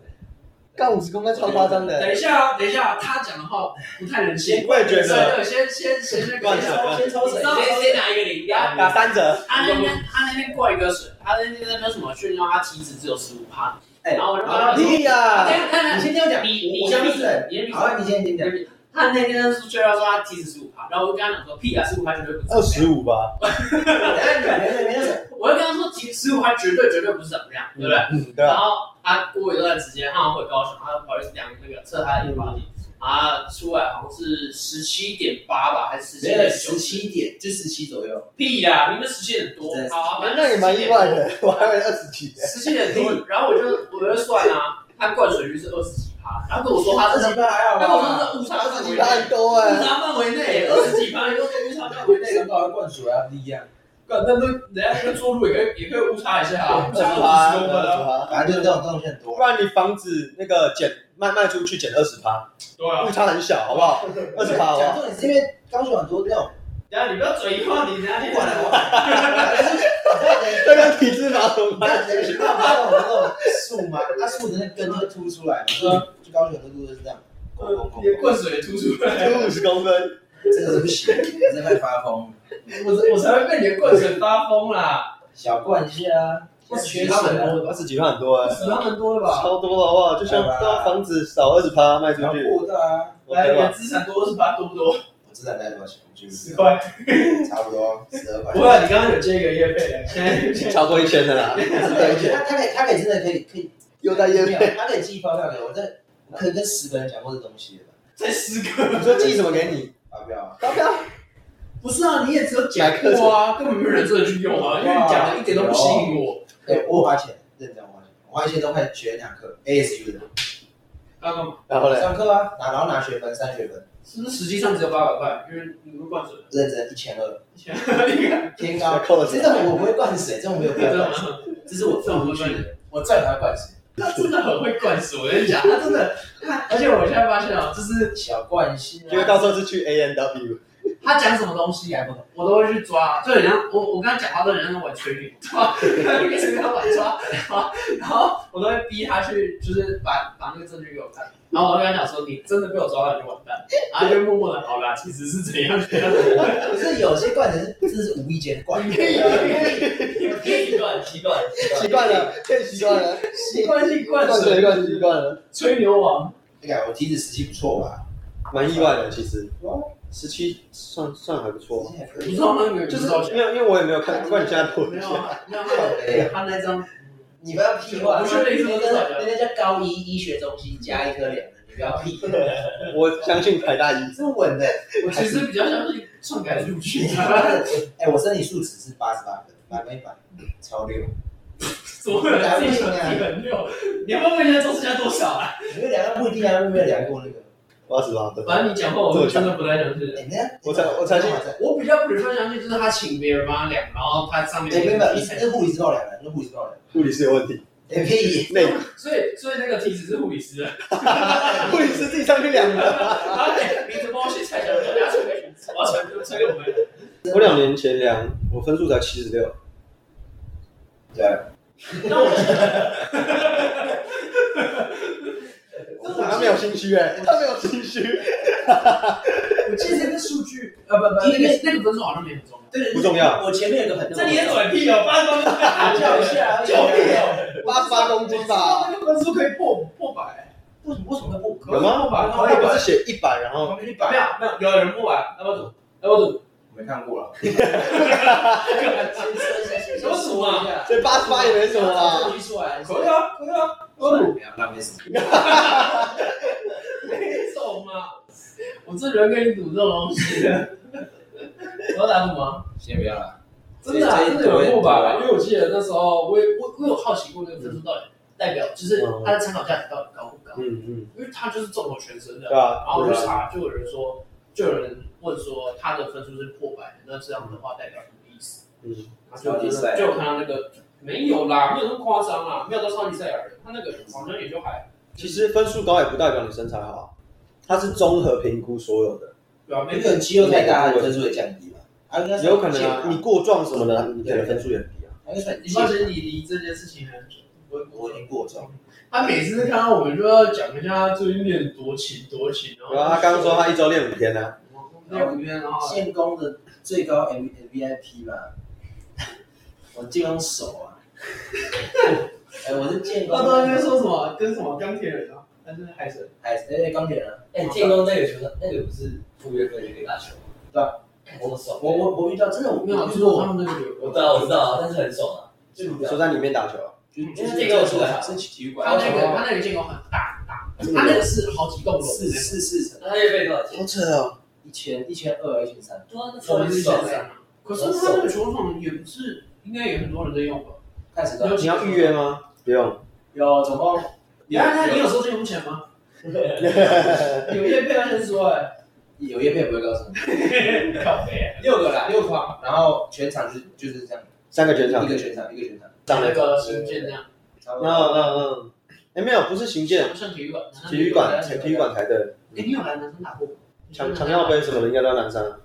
Speaker 2: 干五十公分超夸张的
Speaker 1: 等一
Speaker 2: 欸，
Speaker 1: 下哦，等一下哦，他讲的话不太人性。
Speaker 2: 我也觉得
Speaker 1: 真的，先先先先
Speaker 2: 乱
Speaker 1: 先
Speaker 2: 讲乱
Speaker 3: 先抽水
Speaker 1: 你知，道
Speaker 4: 先先拿一个零
Speaker 1: 啊
Speaker 2: 打三折，
Speaker 1: 他那边他那边过一个水，他那边那边什么炫耀他体脂只有十五趴，
Speaker 3: 哎
Speaker 1: 然后我就把他说，
Speaker 2: 屁
Speaker 1: 等一
Speaker 2: 呀！
Speaker 1: 下等一下
Speaker 3: 你先听我讲，
Speaker 1: 你你
Speaker 3: 我
Speaker 1: 先闭
Speaker 3: 闭
Speaker 1: 嘴
Speaker 3: 嘴。
Speaker 1: 你先闭
Speaker 3: 好，你先听讲。
Speaker 1: 嘴。他那天炫耀说他体脂十五趴，然后我就跟他讲说屁啊，十五趴绝对不
Speaker 2: 二
Speaker 1: 是。
Speaker 2: 十五吧，
Speaker 3: 等下你讲，没事没事。
Speaker 1: 我就跟他说，其实十五趴绝对绝对不是怎么样，对不对？
Speaker 2: 嗯，对
Speaker 1: 然
Speaker 2: 啊，
Speaker 1: 后他过一段时间，他回高雄，他跑去量那个测他的 InBody，啊，出来好像是十七点八吧，还是十七
Speaker 6: 没有
Speaker 1: 点
Speaker 6: 十七点，就十七左右，
Speaker 1: 屁呀，你们十七点多
Speaker 3: 真，的
Speaker 1: 好啊，反正
Speaker 2: 那也蛮意外的，我还以为二十几欸。
Speaker 1: 十七点多，然后我就我就算啊，他灌水率是二十几趴，然后跟我说他
Speaker 3: 二
Speaker 1: 是，
Speaker 3: 十八还好
Speaker 1: 他跟我说
Speaker 3: 吧？
Speaker 1: 是误差
Speaker 2: 二十
Speaker 1: 范围
Speaker 2: 几
Speaker 1: 内，
Speaker 2: 太多
Speaker 1: 误
Speaker 2: 哎，
Speaker 1: 差范围内二十几趴，你跟我说误差范围内，
Speaker 3: 身高跟灌水啊不一样，
Speaker 1: 干那都人家那个做路也可以也可以误差一下啊，误差
Speaker 2: 八，
Speaker 1: 二十公分啊，
Speaker 2: 二十
Speaker 3: 反正就是这种东西很
Speaker 2: 不
Speaker 3: 多。
Speaker 2: 然你房子那个减卖卖出去减二十趴，
Speaker 1: 对啊
Speaker 2: 误，差很小，好不好？二十趴，好不
Speaker 3: 讲
Speaker 2: 好？
Speaker 3: 重点是因为高雄很多那种，
Speaker 1: 然后你不要嘴硬，你等下
Speaker 3: 不
Speaker 1: 你
Speaker 3: 管了，我反正
Speaker 2: 这跟体质毛有关
Speaker 3: 那你去看那种那种树嘛，它树的那根就会凸出来，说就高雄的路都是这样，拱拱拱
Speaker 1: 你，呃的灌水突出来。
Speaker 2: 就哎五十公分，
Speaker 3: 这个是不行，真的会发疯。
Speaker 1: 我我才会被你的棍子发疯啦！
Speaker 3: 小灌一下啊，缺水啊，
Speaker 2: 二十几万很多哎，
Speaker 1: 死他们多了吧？
Speaker 2: 超多了好不好？就像对啊，房子少二十趴卖出
Speaker 3: 然后
Speaker 2: 去
Speaker 3: 过的啊，
Speaker 1: 来，哎你
Speaker 2: ，OK
Speaker 1: 的
Speaker 2: 吧？
Speaker 1: 资产多二十八多不多？
Speaker 3: 我知道大概多少钱，我就
Speaker 1: 十，块。
Speaker 3: 差不多十二块
Speaker 1: 不。啊过你刚刚有接一个业费的，现在现在
Speaker 2: 超过一千的啦，
Speaker 3: 他他可以他可以真的可以可以
Speaker 2: 又在夜配。
Speaker 3: 他可以寄发票给我，这我可以跟十个人讲过这东西的
Speaker 1: 才十个。
Speaker 2: 你说寄什么给你？
Speaker 3: 发票啊，
Speaker 2: 高票
Speaker 1: 不是啊，你也只有
Speaker 2: 买课程，
Speaker 1: 啊，根本没有人真的去用啊，因为你讲的一点都不吸引我。
Speaker 3: 对，我花钱，认真花钱，我花一千多块学两课 ASU 的，
Speaker 1: 刚刚
Speaker 2: 然后嘞，
Speaker 3: 上课啊，拿然后拿学分三学分，
Speaker 1: 是不是实际上只有八百块？因为你会灌水，
Speaker 3: 认真一千二，
Speaker 1: 你 看，
Speaker 3: 偏高。
Speaker 2: 扣了
Speaker 3: 这
Speaker 2: 谁？
Speaker 3: 种我不会灌水，这种没有必要
Speaker 1: 知道
Speaker 3: 灌
Speaker 1: 吗
Speaker 3: 水，？这是我赚不去的，我赚还要灌水，
Speaker 1: 他真的很会灌水，我跟你讲，他真的，他而且我现在发现啊，就是
Speaker 3: 小啊灌一下。
Speaker 2: 因为到时候是去 A N W，
Speaker 1: 他讲什么东西啊，我都会去抓，就很像我我跟他讲话都很像玩吹牛，抓， 一直跟他玩抓，然后我都会逼他去，就是把把那个证据给我看，然后我就跟他讲说，你真的被我抓到你就完蛋，然后他就默默的好啦，其实是怎 样怎样，
Speaker 3: 可是有些灌人真的是无意间灌，
Speaker 1: 你可以 有习惯习惯
Speaker 2: 习惯了，变习惯了，
Speaker 1: 习惯性灌
Speaker 2: 惯
Speaker 1: 水
Speaker 2: 习惯习惯了，
Speaker 1: 吹牛王，
Speaker 3: 那个我体脂时期不错吧？
Speaker 2: 蛮意外的其实
Speaker 3: 哇，
Speaker 2: 十七算算还不错，
Speaker 3: 现在可
Speaker 1: 不
Speaker 3: 以啊
Speaker 1: 知道那个
Speaker 2: 就是因为因为我也没有看，不然你现在破
Speaker 1: 没
Speaker 2: 一
Speaker 1: 有
Speaker 2: 下。
Speaker 1: 啊没有啊他那张
Speaker 3: 你不要屁话，
Speaker 1: 我确定是
Speaker 3: 那
Speaker 1: 不是
Speaker 3: 个那个叫高一医学中心加一颗两的，你不要屁，
Speaker 2: 我相信台大一
Speaker 3: 这么稳的。
Speaker 1: 我其实比较相信篡改入去。
Speaker 3: 哎、我身体素质是八十八分，百分百超六。
Speaker 1: 怎么会有人自己很低很六？你要不要问一下周世佳多少啊？
Speaker 3: 你们两个不一定啊，有没有量过那个？
Speaker 2: 八十八分，
Speaker 1: 反正你讲话，我真的不太相信。
Speaker 3: 哎、那
Speaker 2: 我才我才信
Speaker 1: 我比较 prefer 相信，就是他请别人帮他量，然后他上面
Speaker 3: 哎，没有没有，
Speaker 1: 提
Speaker 3: 那
Speaker 1: 成。
Speaker 3: 那护理是爆量的，那护理是爆量的。
Speaker 2: 护理师有问题，
Speaker 3: 哎、屁！
Speaker 2: 那
Speaker 1: 所以所以那个体脂是护理师，啊
Speaker 2: 护理师自己上去量的。
Speaker 1: 然后哎，你怎么我去猜想说你要传给我要传给传给我们？
Speaker 2: 我两年前量，我分数才七十六，
Speaker 3: 对啊，
Speaker 1: 那我
Speaker 2: 他没有心虚哎，他没有心虚，
Speaker 1: 我记得那个数据，呃不不，那个那个分数好像没很重要。
Speaker 3: 对
Speaker 2: 不重要。
Speaker 3: 我前面有个很，
Speaker 1: 这你也拽屁哦，八公斤，
Speaker 3: 叫一下，
Speaker 1: 救命
Speaker 3: 啊！
Speaker 1: 哦！
Speaker 2: 八八公斤吧？
Speaker 1: 那个分数可以破破百，
Speaker 3: 为什么为什么不
Speaker 2: 有吗？他不是写一百，然后
Speaker 3: 旁边一
Speaker 1: 没
Speaker 3: 百，
Speaker 1: 有没有，有人破百，那么赌，那么赌，
Speaker 3: 没看过了。
Speaker 1: 什么赌啊？
Speaker 2: 这八十八也没什么啦。
Speaker 3: 证据出来，
Speaker 1: 可以啊，可以啊，
Speaker 3: 算了不要浪费时间。
Speaker 1: 没种嘛！我这人跟你赌这种东西， 我要打赌吗？
Speaker 6: 先不要了。
Speaker 1: 真的、啊，
Speaker 6: 这
Speaker 1: 真的有过吧？因为我记得那时候，我也我我有好奇过那个分数到底代表，就是它的参考价值到底高不高？
Speaker 2: 嗯嗯，
Speaker 1: 因为它就是综合全身
Speaker 2: 对啊
Speaker 1: 的。
Speaker 2: 吧
Speaker 1: 然？后我就查，就有人说，就有人问说他的分数是破百的，那这样的话代表什么意思？
Speaker 2: 嗯，
Speaker 1: 然后就就有看到那个没有啦，没有那么夸张啦，没有到超级赛亚人，他那个好像也就还
Speaker 2: 其实分数高也不代表你身材好啊，它是综合评估所有的。
Speaker 1: 对啊，
Speaker 3: 因
Speaker 1: 没
Speaker 3: 为肌肉太大，分数会降低嘛。啊，应该
Speaker 2: 有可能啊，你过撞什么的，你可能分数也很低啊。
Speaker 3: 应该算
Speaker 1: 你发现你离这件事情很久，我
Speaker 3: 我已经过重，
Speaker 1: 他每次看到我们就要讲一下他最近练多勤多勤，然后
Speaker 2: 然后啊他刚刚说他一周练五天啊呢，
Speaker 1: 练五天，然后
Speaker 3: 建工的最高 M V I P 嘛，我建工手啊，哎，我是建工，
Speaker 1: 他当时说什么跟什么钢铁人啊，还是海神？
Speaker 3: 哎，哎，钢铁人，
Speaker 4: 哎，建工那个球场，那个不是赴约克就可以打球吗？
Speaker 3: 对啊，
Speaker 4: 我爽。
Speaker 3: 我我我遇到真的我
Speaker 1: 没有，
Speaker 3: 遇
Speaker 1: 就是
Speaker 3: 过
Speaker 1: 我他们那个
Speaker 4: 我知道我知道，但是很爽啊。
Speaker 3: 最无
Speaker 2: 你
Speaker 3: 聊
Speaker 2: 说，在里面打球啊，
Speaker 3: 就是是体育
Speaker 1: 他
Speaker 3: 馆，
Speaker 1: 那个他那个建构很大很大，他那个是好几栋楼
Speaker 3: 四
Speaker 1: 的
Speaker 3: 四四层，
Speaker 4: 那他月费多少钱？
Speaker 2: 扯哦！
Speaker 3: 一千一千二一千三，
Speaker 4: 对啊，那
Speaker 1: 那个，我
Speaker 4: 超
Speaker 1: 们
Speaker 4: 级
Speaker 1: 是
Speaker 4: 爽
Speaker 1: 选
Speaker 4: 的。
Speaker 1: 三可是他那个球场也不是，应该也很多人在用吧？
Speaker 3: 看谁的？
Speaker 2: 你要预约吗？不用，
Speaker 3: 有总共
Speaker 1: 你看他，你有收这个钱吗？有业配他先说哎，
Speaker 3: 有叶片不会告诉你，
Speaker 1: 靠背，
Speaker 3: 六个啦，六框，然后全场就是就是这样，
Speaker 2: 三个全场
Speaker 3: 一，个全场一个全场，
Speaker 2: 上
Speaker 1: 那
Speaker 2: 来。
Speaker 1: 个新建这样，
Speaker 3: 差
Speaker 2: 嗯
Speaker 3: 不多。
Speaker 2: 嗯嗯，哎，没有，不是行健，
Speaker 1: 上体育馆，
Speaker 2: 体育馆才体育馆才对，
Speaker 1: 哎，你有来南山打过？
Speaker 2: 强强调杯什么的应该都在南山啊。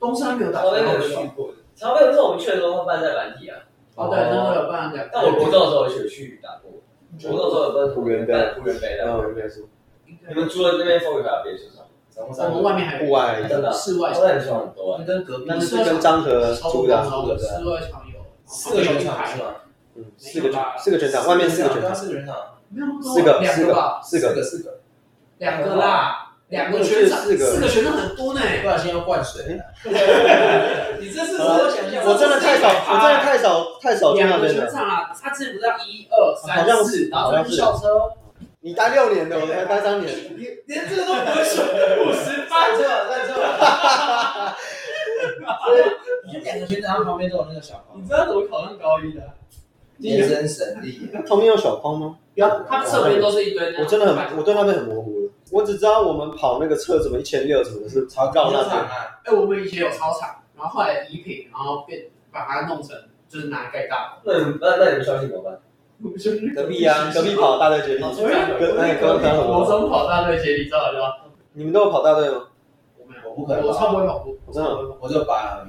Speaker 1: 东山没有打
Speaker 4: 我
Speaker 1: 过。
Speaker 4: 那个有去过的，长辈不是我们去的时候办在板体啊，
Speaker 1: 哦，对，那时候有办的。
Speaker 4: 但我国中的时候有去打过，国中的时候有办
Speaker 2: 湖人杯
Speaker 4: 办湖人杯的。
Speaker 2: 嗯，没事。
Speaker 4: 你们住的那边风雨还有别墅上，
Speaker 3: 总共
Speaker 1: 我
Speaker 3: 三
Speaker 1: 们
Speaker 3: 个，
Speaker 1: 外面还
Speaker 2: 户外
Speaker 3: 哎
Speaker 4: 真的啊，
Speaker 1: 室外
Speaker 4: 我那里爽很多啊。
Speaker 3: 跟隔壁
Speaker 2: 那是跟张和租的啊，
Speaker 1: 室外场有
Speaker 3: 四个全场是吗？
Speaker 2: 嗯，四个全四个全场，外面四个全场，
Speaker 3: 四个全场，
Speaker 1: 哦没有
Speaker 2: 四个
Speaker 1: 两
Speaker 2: 四
Speaker 1: 个吧，
Speaker 2: 个四个，
Speaker 3: 个四个，
Speaker 1: 两个啦，两个全场，四个全场很多呢。
Speaker 3: 不然先要灌水了。
Speaker 1: 你这是
Speaker 2: 呃我真的太少，我真的太少太少去那
Speaker 1: 两个
Speaker 2: 边
Speaker 1: 全
Speaker 2: 了。
Speaker 1: 场啊，他之前不是要一二
Speaker 2: 好像
Speaker 1: 三
Speaker 2: 是
Speaker 1: 四，然后再去校车，
Speaker 2: 你待六年的，我才待三年。
Speaker 1: 连这个都不会选，五十八
Speaker 3: 站错了，站错了。就两个全场旁边都有那个小
Speaker 1: 你
Speaker 3: 框，
Speaker 1: 知道怎么考上高一的？啊
Speaker 3: 天生神力。
Speaker 2: 那旁边有小框吗？
Speaker 1: 不要，他们侧边都是一堆那
Speaker 2: 我
Speaker 1: 种。
Speaker 2: 真的很，我对那啊边很模糊了。我只知道我们跑那个车什么一千六什么的是
Speaker 3: 超
Speaker 2: 绕那边，
Speaker 3: 啊！
Speaker 1: 哎，我们以前有操场，然后后来礼品，然后变把它弄成就是拿来盖大楼。
Speaker 4: 那你们那那你们校庆怎么办？
Speaker 2: 隔壁啊，隔壁跑大队接力，
Speaker 1: 哦
Speaker 2: 隔那个隔隔
Speaker 1: 国中跑大队接力，知道吧？
Speaker 2: 你们都有跑大队吗？
Speaker 1: 我没有，
Speaker 3: 我不可能
Speaker 1: 我
Speaker 3: 吧，
Speaker 1: 超不会跑步，
Speaker 2: 我真的，
Speaker 3: 我就拔而已。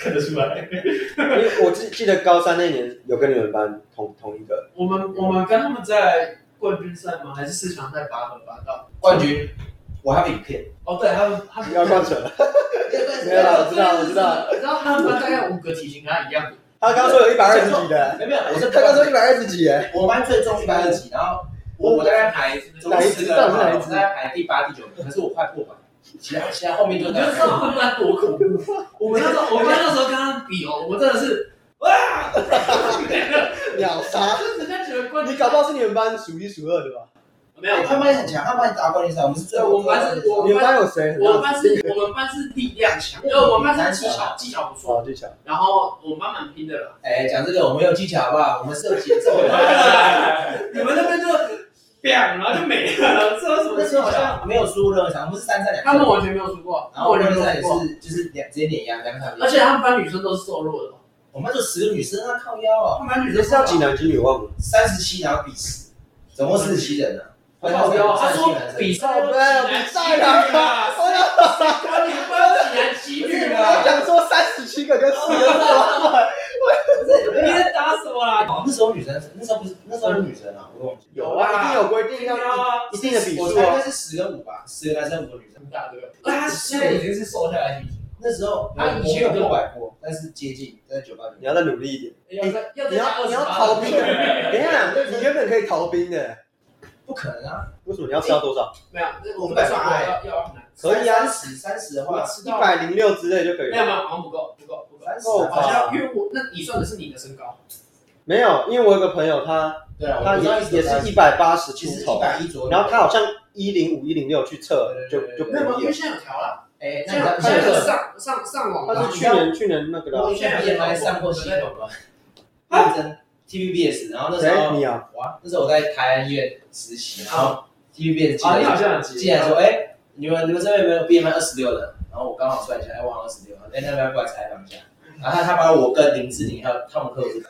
Speaker 1: 看得出来。
Speaker 2: 因为我记记得高三那年有跟你们班同同一个，
Speaker 1: 我们我们跟他们在冠军赛吗？还是四强赛拔河拔到？
Speaker 3: 冠军，我还有影片。
Speaker 1: 哦，对他们他们
Speaker 2: 要灌水 了。没有啦，我知道，我知道。
Speaker 1: 你知道他们班大概五个体型跟他一样的，
Speaker 2: 他刚说有一百二十几的，
Speaker 3: 没有没有，我是
Speaker 2: 他刚说一百二十几，哎，
Speaker 3: 我们班最重一百二级，然后我我大概排中十个，然后我大概排第八、第九名，可是我快破百。其他其他后面就
Speaker 1: 你就知道他们班多恐 怖。我们那时候我们那时候跟他们比哦，我们真的是
Speaker 2: 秒杀！
Speaker 1: 就是人家觉得冠军，
Speaker 2: 你搞不好是你们班数一数二的吧？
Speaker 1: 没有，
Speaker 3: 他们也很强，他们也打冠军赛，我们是最
Speaker 1: 对我们班是我
Speaker 2: 你
Speaker 1: 们
Speaker 2: 们
Speaker 1: 班
Speaker 2: 班有谁？
Speaker 1: 我们班是我们班是力量强，呃，我们班是技巧技巧不错，
Speaker 2: 哦，就强。
Speaker 1: 然后我们班蛮拼的 了。
Speaker 3: 哎，讲这个我们有技巧好不好？我们是有节奏的。
Speaker 1: 你们那边就 b 然后就没了，这有什么
Speaker 3: 那
Speaker 1: 技
Speaker 3: 时候好
Speaker 1: 巧？
Speaker 3: 像没有输任何场，我们是三战两
Speaker 1: 他们
Speaker 3: 胜，
Speaker 1: 完全没有输过，
Speaker 3: 然后我
Speaker 1: 完全
Speaker 3: 们
Speaker 1: 没有
Speaker 3: 赛
Speaker 1: 输
Speaker 3: 也
Speaker 1: 过，
Speaker 3: 是就是两直接碾压两场。
Speaker 1: 而且他们班女生都是瘦弱的，哦
Speaker 3: 我们就十个女生啊，靠腰啊，
Speaker 1: 他们班女
Speaker 2: 你
Speaker 1: 生
Speaker 2: 是要几男几女？我忘了。
Speaker 3: 三十七然后比十，总共四十七人啊。
Speaker 1: 靠标，他说比赛都
Speaker 2: 比赛啊！我要
Speaker 1: 他你们班几男几女啊？
Speaker 2: 讲说三十七个跟四个八个，
Speaker 1: 啊你在打什么啦？
Speaker 3: 那时候女生，那时候不是那时候是女生啊，我忘记。
Speaker 2: 有啊，一定有规定要
Speaker 1: 啊，
Speaker 2: 一定的比
Speaker 3: 我
Speaker 2: 数
Speaker 3: 猜应该
Speaker 2: 啊。
Speaker 3: 是十跟五吧，十个男生五个女生。
Speaker 1: 很大对吧？他现在已经是瘦下来体型，
Speaker 3: 那时候啊
Speaker 1: 他以前
Speaker 3: 我没
Speaker 1: 有
Speaker 3: 有破百过，但是接近在九八
Speaker 2: 你
Speaker 3: 零。
Speaker 2: 要再努力一点。
Speaker 1: 要再要
Speaker 2: 你
Speaker 1: 再加
Speaker 2: 要
Speaker 1: 二
Speaker 2: 你
Speaker 1: 十
Speaker 2: 要
Speaker 1: 八
Speaker 2: 逃兵，等一下，你原本可以逃兵的，
Speaker 3: 不可能啊！
Speaker 2: 为什么你要吃到多少？
Speaker 1: 没有，那我们班算要要难，
Speaker 2: 可以啊，
Speaker 3: 三十三十的
Speaker 1: 我
Speaker 3: 话，
Speaker 1: 吃
Speaker 2: 一
Speaker 1: 到
Speaker 2: 百零六之类就可以
Speaker 1: 没有没
Speaker 2: 了。
Speaker 1: 有，好像不够不够不够，
Speaker 3: 三十
Speaker 2: 够
Speaker 1: 好
Speaker 2: 吧
Speaker 3: 啊。
Speaker 1: 像因为我那你算的是你的身高，
Speaker 2: 没有，因为我有个朋友，他
Speaker 3: 对啊，
Speaker 2: 他
Speaker 3: 我知道
Speaker 2: 也
Speaker 3: 意思
Speaker 2: 也是一百八十
Speaker 3: 其
Speaker 2: 出
Speaker 3: 实一
Speaker 2: 头，
Speaker 3: 百一左右。
Speaker 2: 然后他好像一零五一零六去测，就
Speaker 3: 对对对
Speaker 2: 就
Speaker 3: 对
Speaker 2: 不
Speaker 1: 没有，因
Speaker 2: 一
Speaker 1: 为
Speaker 2: 了。
Speaker 1: 现在有调了，
Speaker 3: 哎，
Speaker 1: 现
Speaker 3: 那
Speaker 1: 在
Speaker 3: 个
Speaker 1: 现
Speaker 3: 那
Speaker 1: 在
Speaker 3: 个，
Speaker 1: 上上上网
Speaker 2: 他啊是去年去年那个的啊
Speaker 3: 我以前 BMI 上过系统啊，认真 TVBS，然后那时
Speaker 2: 谁
Speaker 3: 候
Speaker 2: 你啊？
Speaker 3: 哇，那时候我在台安医院实习，然后 TVBS 进
Speaker 1: 啊，你好
Speaker 3: 来
Speaker 1: 像很
Speaker 3: 进来说，哎，你们你们这边有没有 BMI 二十六的？然后我刚好算一下，哎，我好像二十六，哎，那边过来采访一下。然后他他把我跟林志玲还有汤姆克鲁斯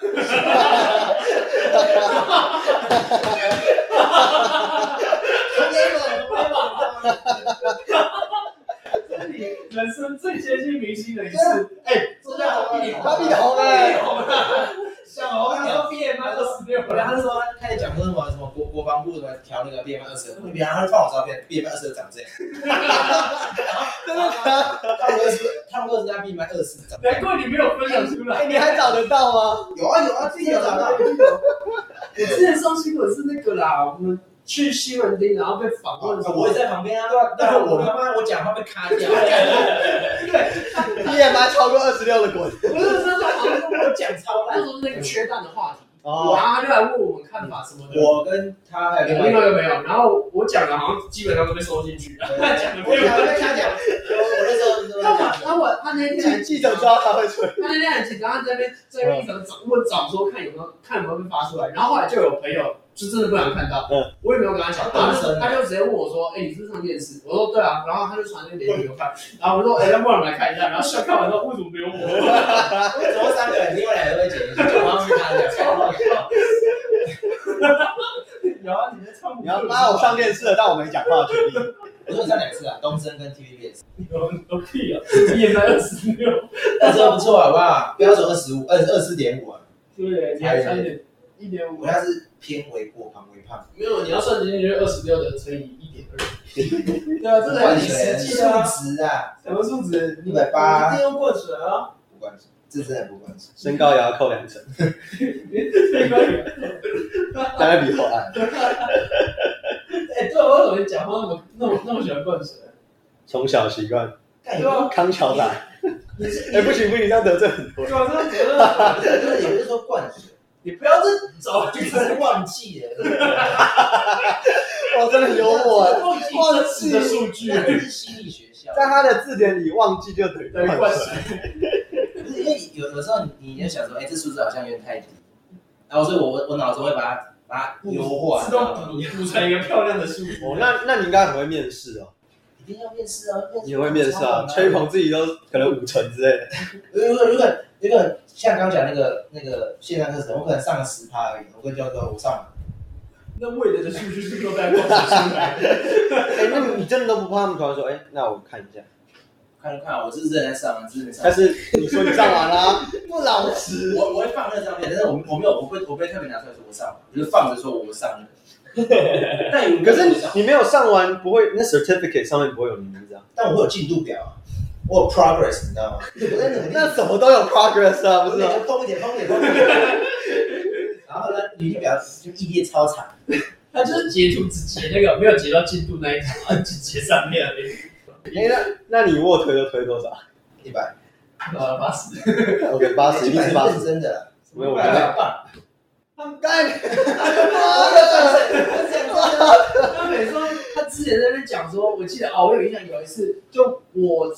Speaker 1: 你人生最接近明星的一
Speaker 3: 对
Speaker 1: 次，
Speaker 3: 哎，
Speaker 1: 真的好一脸
Speaker 3: 他比你红哎，
Speaker 1: 像我那时候毕业班都十六
Speaker 3: 我
Speaker 1: 了，
Speaker 3: 那时候他开始讲说什么什么国国防部什么调那个 B M 二十，我别他放我照片，B M 二十长这样，
Speaker 2: 真的假的？
Speaker 3: 他如果是他如果是那 B M 二十长这
Speaker 1: 难
Speaker 3: 样，
Speaker 1: 怪你没有分享出来。
Speaker 2: 哎，你还找得到吗？
Speaker 3: 有啊有啊，自己有找到，
Speaker 1: 我之前上新闻是那个啦，我们去西门町，然后被访问的时候，
Speaker 3: 啊 我也在旁边啊，但是我他妈我讲话被卡掉，
Speaker 2: 你也拿超过二十六的滚
Speaker 1: 不是真的好像
Speaker 3: 我讲超
Speaker 1: 那时
Speaker 3: 烂。
Speaker 1: 候是那个缺蛋的话题，
Speaker 2: 哦，
Speaker 1: 然后他就来问我们看法什么的。
Speaker 3: 我跟他还有另
Speaker 1: 我没
Speaker 3: 外一个，
Speaker 1: 有没有，然后我讲的好像基本上都被收进去了。他讲的没
Speaker 3: 我
Speaker 1: 有
Speaker 3: 讲被他讲，我那时候你
Speaker 1: 他晚他晚他那天
Speaker 2: 记记者知道他会吹，
Speaker 1: 他那天很紧张，他在那边在那边一直找问找说看有没有看有没有被发出来，然后后来就有朋友就真的不想看到，
Speaker 2: 嗯
Speaker 1: 我也没有跟他讲，
Speaker 3: 大
Speaker 1: 他
Speaker 3: 声
Speaker 1: 就
Speaker 3: 啊
Speaker 1: 他就直接问我说，哎、你是不是上电视？我说对啊，然后他就传那个链接给我看，然后我说，哎、要不然我们来看一下，然后笑看完之后为什么没有我？
Speaker 3: 总共三个人，另外两个都会剪进去，我要去他讲。
Speaker 1: 然后你在唱
Speaker 2: 你要妈我 上电视了，但我没讲话的权利。
Speaker 3: 我说上两次啊，东森跟 TVBS，
Speaker 1: 有有屁啊，你也才二十
Speaker 3: 哎
Speaker 1: 六，
Speaker 3: 那时候不错好不好？标准二十五，二二四点五啊，
Speaker 1: 对，你还三点一点五
Speaker 3: 我，那是偏微过胖微胖，
Speaker 1: 没有，你要算进去二十六的乘以一点 二，对啊，这才
Speaker 3: 管
Speaker 1: 很
Speaker 3: 你
Speaker 1: 实
Speaker 3: 数
Speaker 1: 际的啊，
Speaker 3: 值啊，
Speaker 1: 什么数值？你你
Speaker 3: 180
Speaker 1: 一定要灌水啊。
Speaker 3: 不关心，这真啊的不关心。
Speaker 2: 身高也要扣两成，
Speaker 1: 这个
Speaker 2: 当然比后矮。
Speaker 1: 哎，对啊，我怎么讲话那么那么那么喜欢灌水？
Speaker 2: 从小习惯
Speaker 3: 但也不是
Speaker 2: 康桥仔，
Speaker 3: 你是
Speaker 2: 哎，不行不行，这样得罪很多
Speaker 1: 对。啊，这觉得
Speaker 3: 就是也不是说灌水，
Speaker 1: 你不要这走，
Speaker 3: 哦就是 忘记了，
Speaker 2: 哇，真的幽默啊！
Speaker 1: 忘记真实的数据，
Speaker 3: 那是心理学校。
Speaker 2: 在他的字典里，忘记就等于
Speaker 1: 等于灌
Speaker 2: 灌水。
Speaker 1: 水。
Speaker 3: 不是因为有有时候你你就想说，哎、这数字好像有点太低，然后所以我我我脑中会把它把它优 化，
Speaker 1: 自
Speaker 3: 你知道
Speaker 1: 动
Speaker 3: 吗
Speaker 1: 补补成一个漂亮的数字。
Speaker 2: 哦，那那你应该很会面试哦，
Speaker 3: 一定要面试啊，
Speaker 2: 你也会面试啊，吹。捧自己都可能五成之类的。
Speaker 3: 如果如果如果像刚讲那个那个线上课程，我可能上了十趴而已，我跟教授我上
Speaker 1: 那未来的数据是都在灌水出来 的。
Speaker 2: 哎，那你真的都不怕他们突然说，哎，那我看一下。
Speaker 3: 看看我是不是在上啊，只是没上
Speaker 2: 但。是你说你上完啊啦， 不老实。
Speaker 3: 我我会放那张照片，但是我我没有，我不会我不会特别拿出来说我上，我就放着说我上了。但有
Speaker 2: 可是你你没有上完，不会那 certificate 上面不会有你名字啊？
Speaker 3: 但我会有进度表啊，我有 progress，你知道 吗？我在努力
Speaker 2: 那什么都有 progress 啊，不是吗？
Speaker 3: 我疯一点，疯一点，疯一 点。然后呢，履历表就异列超长，
Speaker 1: 他就是截图只截那个，没有截到进度那一条，只截上面而已。
Speaker 2: 哎，那那你卧推都推多少
Speaker 3: 一百
Speaker 1: 呃，八十。
Speaker 2: ？OK，八十，一定是八
Speaker 3: 认
Speaker 2: 十。
Speaker 3: 真的啦。
Speaker 2: 没有，我
Speaker 3: 一
Speaker 2: 觉得
Speaker 3: 百棒，
Speaker 2: 干，妈的！
Speaker 1: 他每次都他之前在那边讲说，我记得哦，我有印象有一次，就我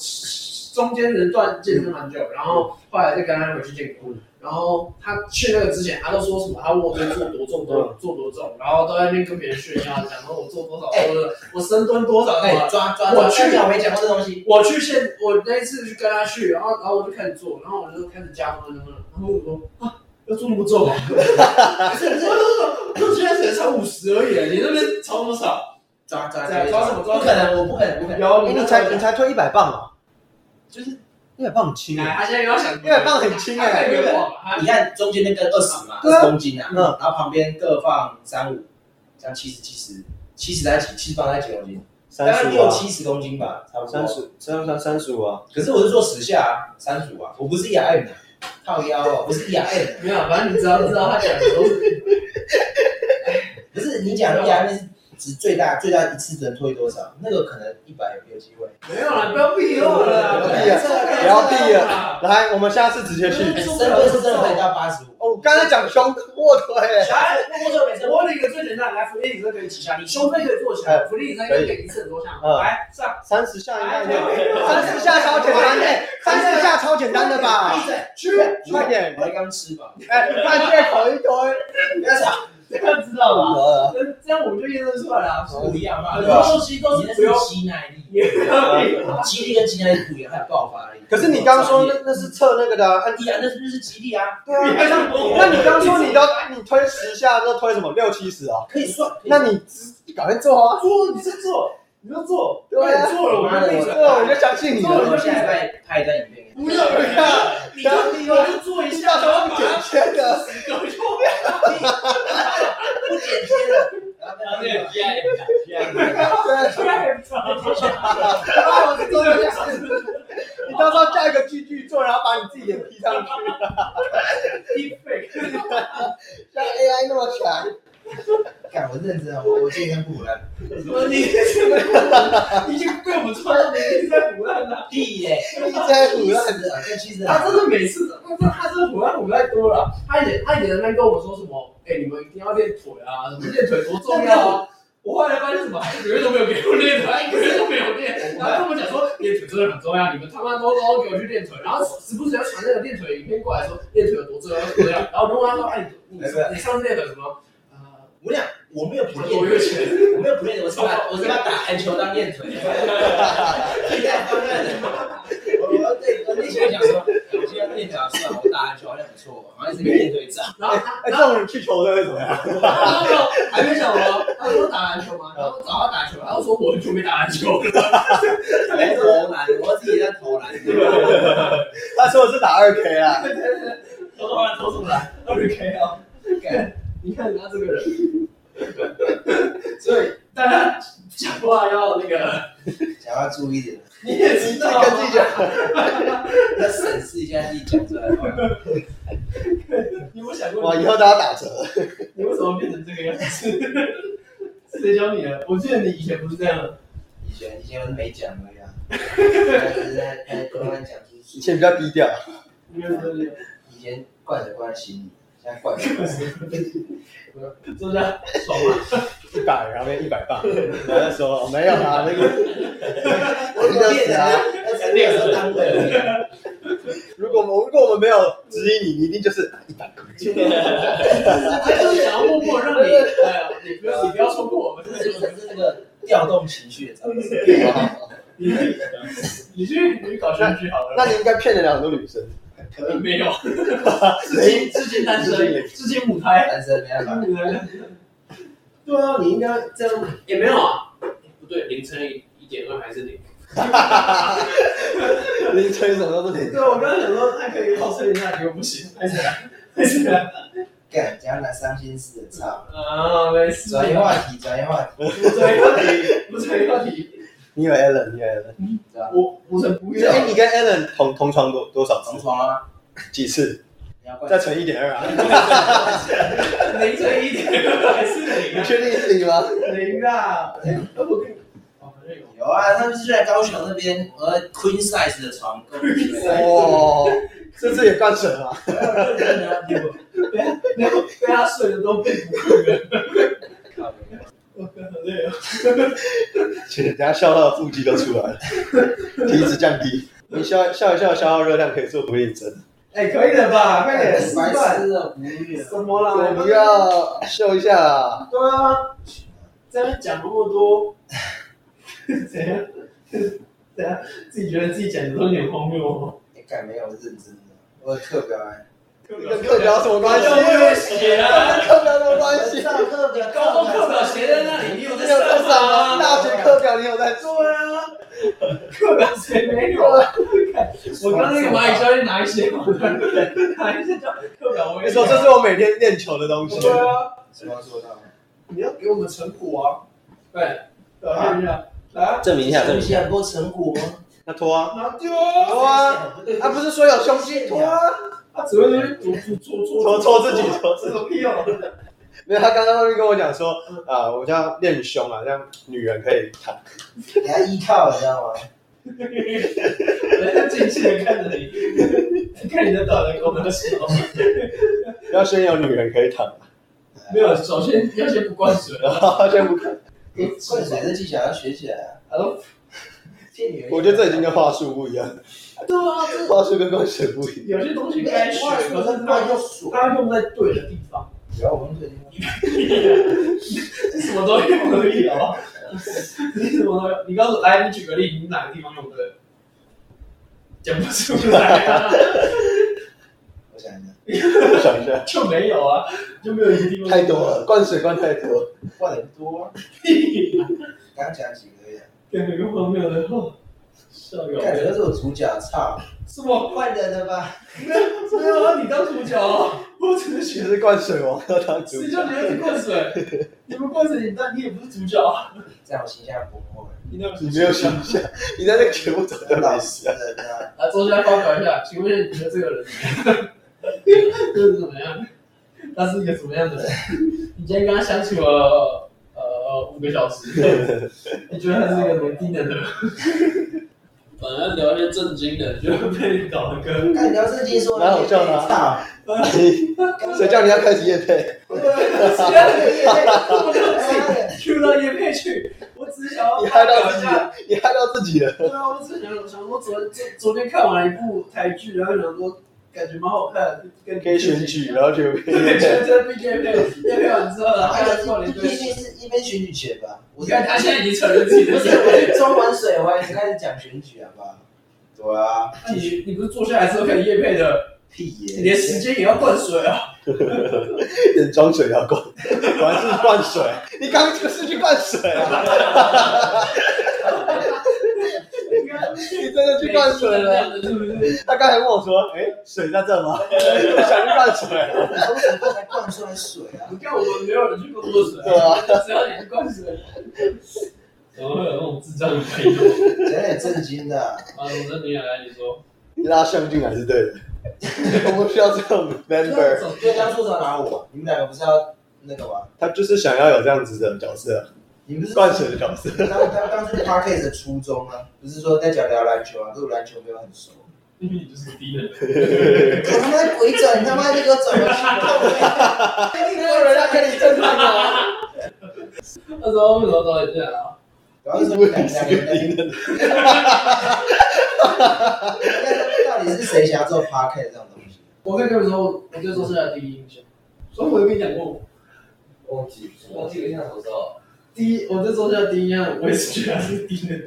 Speaker 1: 中间人段健身很久，然后后来再跟他回去健
Speaker 3: 嗯
Speaker 1: 康，然后他去那个之前，他都说什么他卧推做多重多做多重，
Speaker 3: 嗯
Speaker 1: 然后都在那边跟别人炫耀，讲说我做多少多少，我深蹲多少多
Speaker 3: 哎，
Speaker 1: 少。
Speaker 3: 抓抓，
Speaker 1: 我去
Speaker 3: 讲我没讲过这东西。
Speaker 1: 我去现，我那一次去跟他去，然后然后我就开始做，然后我就开始加重，然后我说啊，要做那么重啊？
Speaker 3: 不是不是，
Speaker 1: 我现在才才五十而已，你那边超多少？
Speaker 3: 抓抓
Speaker 1: 抓抓什么抓
Speaker 3: 不可能，我不可能，不可能。
Speaker 1: 有
Speaker 2: 哎，你才你才推一百磅啊？
Speaker 1: 就是
Speaker 2: 一百磅很轻
Speaker 1: 哎，
Speaker 2: 啊。
Speaker 1: 他现在又要想，
Speaker 2: 因为棒很轻哎
Speaker 1: 他太冤枉了。他
Speaker 3: 你看中间那个二十嘛，
Speaker 2: 对啊
Speaker 3: 二十公斤啊，
Speaker 2: 嗯
Speaker 3: 然后旁边各放三五，这样七十七十，七十在几？七十放在几公斤？大
Speaker 2: 三
Speaker 3: 概
Speaker 2: 十五
Speaker 3: 六
Speaker 2: 啊，
Speaker 3: 七十公斤吧，差不多。
Speaker 2: 三十三三三十五啊，
Speaker 3: 可是我是做十下啊，三组啊，我不是 E R M 啊，靠腰啊，我是 E R M，
Speaker 1: 没有，反正你只要知道他讲的都是
Speaker 3: 不是你讲的 E R M 是指最大最大一次只能推多少？那个可能一百有机会。
Speaker 1: 没有了，不要避我
Speaker 2: 不
Speaker 1: 了
Speaker 2: 要避啊不要避
Speaker 1: 啦。
Speaker 2: 啊来，我们下次直接去。
Speaker 3: 深蹲是真的可以到八十五。
Speaker 2: 哦，我刚才讲胸卧推，
Speaker 1: 来，
Speaker 3: 那个没
Speaker 1: 我问你一个最简单，来俯卧撑可以几下？你胸背可以做起来，俯卧撑可以一次很多下。
Speaker 2: 嗯
Speaker 1: 来上，
Speaker 2: 三十下应
Speaker 1: 哎
Speaker 2: 该有，
Speaker 1: 哎
Speaker 2: 三十下超简单的，三十下超简单的吧？
Speaker 3: 闭嘴，
Speaker 2: 去，快点，
Speaker 3: 我才刚吃饱，
Speaker 2: 哎，饭店口一推。
Speaker 3: 不要吵，
Speaker 1: 这样知道吧？这样我们就验证出来了。
Speaker 3: 不一样嘛，
Speaker 1: 很
Speaker 3: 对
Speaker 1: 多
Speaker 3: 吧？
Speaker 1: 东西都
Speaker 3: 你那
Speaker 1: 是不
Speaker 3: 是
Speaker 1: 用
Speaker 3: 肌耐力，
Speaker 1: 也不要避啊。
Speaker 3: 肌力跟肌耐力不一样，还有爆发力。
Speaker 2: 可是你刚说那那是测那个的啊，啊
Speaker 3: 一啊，那是就是肌力啊，
Speaker 2: 对啊，那你刚说你都你推十下都推什么六七十啊？
Speaker 3: 可以算。可以
Speaker 2: 那你搞定做啊？
Speaker 1: 做你是做，你就做，
Speaker 2: 对啊
Speaker 1: 那你做了，我
Speaker 3: 妈
Speaker 1: 就
Speaker 3: 的
Speaker 1: 跟你
Speaker 3: 我
Speaker 1: 说，
Speaker 2: 对，啊我就相信你
Speaker 1: 做了
Speaker 2: 了。
Speaker 1: 就
Speaker 3: 下礼拜拍一段影片给你。
Speaker 1: 不要，你就
Speaker 2: 当
Speaker 1: 你就做一下，然后把它
Speaker 2: 剪切的，
Speaker 1: 搞就
Speaker 3: 不剪接了，然后
Speaker 4: 然后
Speaker 3: 那
Speaker 4: 那
Speaker 3: 个
Speaker 4: 个 P I
Speaker 2: 对，我是做这件事。你到时候加一个巨巨做，然后把你自己脸 P 上去，
Speaker 1: fake，
Speaker 2: 像 AI 那么强，
Speaker 3: 干我认真啊，我我今天不了，
Speaker 1: 你已经被我们抓到，你一直在胡乱了。
Speaker 3: 屁嘞，
Speaker 2: 一直在胡乱。
Speaker 3: 的，跟气死
Speaker 1: 他真
Speaker 3: 了，
Speaker 1: 的每次，他真他真的胡乱胡乱多了。他以前他以前在跟我说什么，哎，你们一定要练腿啊，什么练腿多重要啊。我后来发现什么，他一个月都没有给我练腿，他一个月都没有练。然后跟我讲说练腿真的很重要，你们他妈都都给我去练腿，然后时不时要传那个练腿影片过来说练腿有多重要多重要。然后我就问他说，哎，你你你上次练腿什么？呃，
Speaker 3: 我俩我没有不
Speaker 1: 两
Speaker 3: 练
Speaker 1: 个，月前。
Speaker 3: 我没有不练，我是把我是把打篮球当练腿，现在放在我我对我
Speaker 7: 你前讲说，我现在练打算，我打篮球好像不错，好像是个面对战。
Speaker 1: 然后他，
Speaker 2: 哎，
Speaker 1: 然
Speaker 2: 这
Speaker 1: 后
Speaker 2: 种人去球队会怎么样？
Speaker 1: 他没有呃还没讲完，他说打篮球嘛，然后找他打球，然后说我很久没打篮球了，
Speaker 3: 在投篮，我自己在投篮，
Speaker 2: 他说的是打二 K 啦，
Speaker 1: 然后他投出来二 K 啊，干，你看他这个人，所以大家讲话要那个，
Speaker 3: 想要注意点，
Speaker 1: 你也知道
Speaker 2: 跟自己讲，
Speaker 3: 要审视一下自己讲出来的话。
Speaker 1: 你有没有想过
Speaker 2: 哇，
Speaker 1: 你
Speaker 2: 以后都要打折。
Speaker 1: 你为什么变成这个样子？谁教你的？我记得你以前不是这样的，
Speaker 3: 以前以前我是没讲而已啊，只是在在慢慢讲出
Speaker 2: 以前比较低调，
Speaker 1: 你看这里，
Speaker 3: 以前灌水灌在心里，现在灌水灌在
Speaker 1: 坐下爽吗？
Speaker 2: 一百，然后变一百磅，然后就说哦没有啊，那个
Speaker 3: 我怎么变成那才六十单位而已啊？
Speaker 2: 如果我们如果我们没有指引你，你一定就是一百公斤。
Speaker 1: 他就是想要默默让你，哎，你不要你不要冲过我们，
Speaker 3: 这个是那个调动情绪的招式。
Speaker 1: 你你去你去搞下去好了。
Speaker 2: 那你应该骗得了很多女生，
Speaker 1: 可能没有，至今至今单身，至今母胎。
Speaker 3: 男生没办法，
Speaker 1: 对啊，你应该这样也没有啊，不对，零乘以一点二还是零。
Speaker 2: 凌晨什么都是
Speaker 1: 对，我刚刚想说他可以告诉一下，结果不行，还是来还是来
Speaker 3: 干讲那伤心事的，操！
Speaker 1: 啊，没事。
Speaker 3: 转移话题，转移话题，
Speaker 1: 不转移话题，不转移话题。
Speaker 2: 你有 Allen，你有 Allen。
Speaker 1: 我我才不要。
Speaker 2: 哎，你跟 Allen 同同床多多少
Speaker 3: 同
Speaker 2: 次？
Speaker 3: 床了吗？
Speaker 2: 几次？
Speaker 3: 你要灌
Speaker 2: 再乘一点二啊？
Speaker 1: 零乘以一 点二还是零
Speaker 2: 你
Speaker 1: 啊？
Speaker 2: 确定是你吗？
Speaker 1: 零啊！哎，我跟你，哦，好像有。
Speaker 3: 有啊，他们是在高雄那边，我 Queen size 的床跟我们一起
Speaker 2: 哦，这次也灌水了。
Speaker 1: 然后被他睡的都被不困了。
Speaker 3: 靠
Speaker 1: 我好累啊！
Speaker 2: 等下笑到腹肌都出来 了，体脂降低。你笑笑一笑，消耗热量可以做不练真。
Speaker 1: 哎，可以了吧？快点，吃
Speaker 3: 哎白
Speaker 1: 饭。
Speaker 3: 痴的无语了。
Speaker 1: 什么啦？
Speaker 2: 对，
Speaker 1: 我
Speaker 2: 不
Speaker 1: 们要
Speaker 2: 要秀一下啊。
Speaker 1: 对啊，在那边讲那么多，怎样？怎样？自己觉得自己讲的都有点荒谬哦。
Speaker 3: 你干没有认真的，我的课表哎，
Speaker 2: 跟课表有什么关系？
Speaker 1: 又写了，
Speaker 2: 跟课表有什么
Speaker 3: 哎
Speaker 2: 关系？
Speaker 3: 上课表，
Speaker 1: 高中课表写在那里，你有
Speaker 2: 你
Speaker 1: 在
Speaker 2: 有在
Speaker 1: 上
Speaker 2: 上吗？
Speaker 1: 吗？
Speaker 2: 大学课表你有在做？
Speaker 1: 对啊，课表谁没有啊？我刚刚那个蚂蚁教练拿一些嘛，拿一些教课表我也
Speaker 2: 你说这是我每天练球的东西。
Speaker 1: 对啊，
Speaker 3: 什么做到？
Speaker 1: 你要给我们成果啊！对，表现一下，来啊，
Speaker 2: 证明一
Speaker 3: 哎你想过成果吗？
Speaker 2: 那拖啊，
Speaker 1: 拿丢啊！
Speaker 2: 拖啊，他不是说有胸肌拖啊，
Speaker 1: 他只会在那边搓搓搓
Speaker 2: 搓搓自己，搓自
Speaker 1: 这
Speaker 2: 己。
Speaker 1: 个屁哦！
Speaker 2: 没有，他刚刚那边跟我讲说，啊，我要练胸啊，这样女人可以躺。
Speaker 3: 你要依靠，啊你知道吗？
Speaker 1: 人家静静的看着你，看你的到底跟我们说。
Speaker 2: 要先有女人可以躺，
Speaker 1: 没有，首先要先不灌水。
Speaker 2: 然后先不看。
Speaker 3: 灌水的技巧要学 起来啊！
Speaker 1: 他说
Speaker 3: 骗女人
Speaker 2: 我觉得这已经跟话术不一样，：“
Speaker 1: 对啊，
Speaker 2: 话术跟灌水不一样。
Speaker 1: 有些东西该
Speaker 3: 该
Speaker 1: 学，
Speaker 3: 学，
Speaker 1: 可
Speaker 3: 可
Speaker 1: 是
Speaker 3: 是
Speaker 1: 它
Speaker 3: 他
Speaker 1: 用
Speaker 3: 就水。
Speaker 1: 它用在对的地方，
Speaker 3: 不要我们这地
Speaker 1: 什么都用可以好不好？你什么都用，你告诉我来，你举个例，你哪个地方用对？讲不出来、啊，
Speaker 3: 我想一下，
Speaker 2: 我想一下，
Speaker 1: 就没有啊，就没有一个地方
Speaker 2: 太多了，灌水灌太多。
Speaker 3: 灌的多，刚讲几个月，
Speaker 1: 两个荒谬的话，校友
Speaker 3: 感觉是我主角，操，
Speaker 1: 什么？
Speaker 3: 换人了吧？
Speaker 1: 没有啊，你当主角哦，
Speaker 2: 我只是学着灌水王要当主
Speaker 1: 谁
Speaker 2: 角
Speaker 1: 叫。你要去灌水？你们灌水，那你也不是主角啊，
Speaker 3: 这样我形象不破了。
Speaker 1: 你那
Speaker 2: 你没有形象，你在那个节目找的
Speaker 3: 老
Speaker 2: 老
Speaker 3: 实
Speaker 2: 师啊，
Speaker 3: 人啊，
Speaker 1: 啊，周家发表一下，请问你觉得这个人这是怎么样？他是一个什么样的人？你今天跟他相处了呃五个小时，你觉得他是一个什么低能的人？ 反正聊一些正经的，就会被搞得 跟
Speaker 3: 看你要正经说，
Speaker 2: 蛮好笑的啊
Speaker 3: 操，
Speaker 2: 谁叫你要开始夜配？
Speaker 1: Q 到叶配去。我只是想要
Speaker 2: 你害到
Speaker 1: 表
Speaker 2: 自
Speaker 1: 一
Speaker 2: 己
Speaker 1: 下。
Speaker 2: 了，你害到自己了。
Speaker 1: 对啊，我只是想想说昨昨昨天看完了一部台剧，然后想说感觉蛮好看的，跟
Speaker 2: 可以选举，然
Speaker 1: 后。
Speaker 2: 后就可以
Speaker 1: 对，
Speaker 2: 夜配。
Speaker 1: 全身被叶配，叶配完之后，然后
Speaker 3: 他
Speaker 1: 他
Speaker 3: 是
Speaker 1: 做了一
Speaker 3: 一
Speaker 1: 堆
Speaker 3: 边。是一边选举权吧？我
Speaker 1: 你看他现在已经承认自己
Speaker 3: 不
Speaker 1: 的
Speaker 3: 是，我是装完水，我也是开始讲选举，好不好？对啊，
Speaker 1: 那你你不是坐下来之后可以叶配的，
Speaker 3: 屁耶！
Speaker 1: 你连时间也要灌水 啊！
Speaker 2: 眼装水要灌，果然是灌水。你刚刚就是去灌水啊！
Speaker 1: 你看
Speaker 2: 你真的去灌水了。
Speaker 1: 是不是？
Speaker 2: 他刚才问我说：“哎、水在这吗？”我想去灌水。
Speaker 3: 你从什么时候才灌出来水啊？
Speaker 1: 你看我们没有人去灌过水，
Speaker 2: 对啊，
Speaker 1: 只要你去灌水，啊怎么会有那种智障的朋友？
Speaker 3: 讲点正经的啊，
Speaker 1: 啊，我真的想来，你说，
Speaker 2: 你拉向进来是对的，我们需要这种 member。
Speaker 3: 对，当初怎么拿我？你们两个不是要那个吗？
Speaker 2: 他就是想要有这样子的角色，
Speaker 3: 你们不是
Speaker 2: 灌水的角 色。
Speaker 3: 当当当初 p a r k a s 的初衷呢，不是说在讲聊篮球啊，对我篮球没有很熟。
Speaker 1: 因为你就是低能，
Speaker 3: 我他妈鬼转，你他妈就给我转过去！
Speaker 2: 有人要跟你正常吗？
Speaker 3: 啊
Speaker 1: 那时候为什么找你进来啊？
Speaker 3: 然后说两两个人，到底是谁想要做 p a r k a s 这种东西？
Speaker 1: 我跟你们说，我对周深的第一印象，所以我有跟你讲过，
Speaker 4: 忘记忘记了像什么时候？
Speaker 1: 第一，我对周深的第一印象，我也是觉得他是低能的。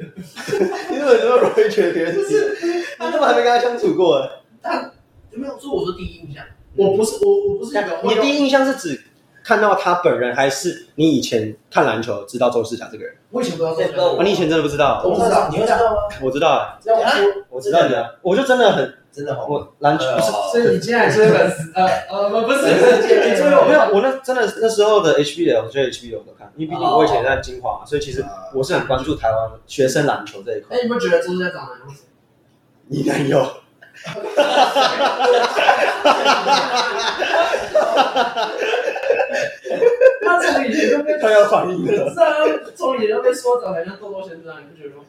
Speaker 2: 你怎么这么容易觉得别人是？你怎么还没跟他相处过？
Speaker 1: 有没有说我说第一印象？我不是我我不是一个
Speaker 2: 你
Speaker 1: 会
Speaker 2: 第
Speaker 1: 用，
Speaker 2: 一印象是指看到他本人，还是你以前看篮球知道周世强这个人？
Speaker 1: 我以前不知道
Speaker 4: 对不知道
Speaker 1: 说
Speaker 2: 哦，你以前真的不知道？
Speaker 3: 我不知道，你会知道吗？
Speaker 2: 我知道啊，
Speaker 1: 那我说，
Speaker 2: 我知道你啊，我就真的很
Speaker 3: 真的红，
Speaker 2: 我篮球不是
Speaker 1: 所以你今天还追粉丝？呃呃，不不是，不是你追我
Speaker 2: 没
Speaker 1: 没有？
Speaker 2: 有，我那真的那时候的 HBL，所以 HBL 我都看，因为毕竟我以前在金华嘛，所以其实我是很关注台湾学生篮球这一块
Speaker 1: 那。你们觉得周深长哪样子？
Speaker 2: 你男友？
Speaker 1: 他从以前就被，
Speaker 2: 他要反应
Speaker 1: 是
Speaker 2: 了。
Speaker 1: 啊，他从以前就被说长得很像豆豆先生啊，你不觉得吗？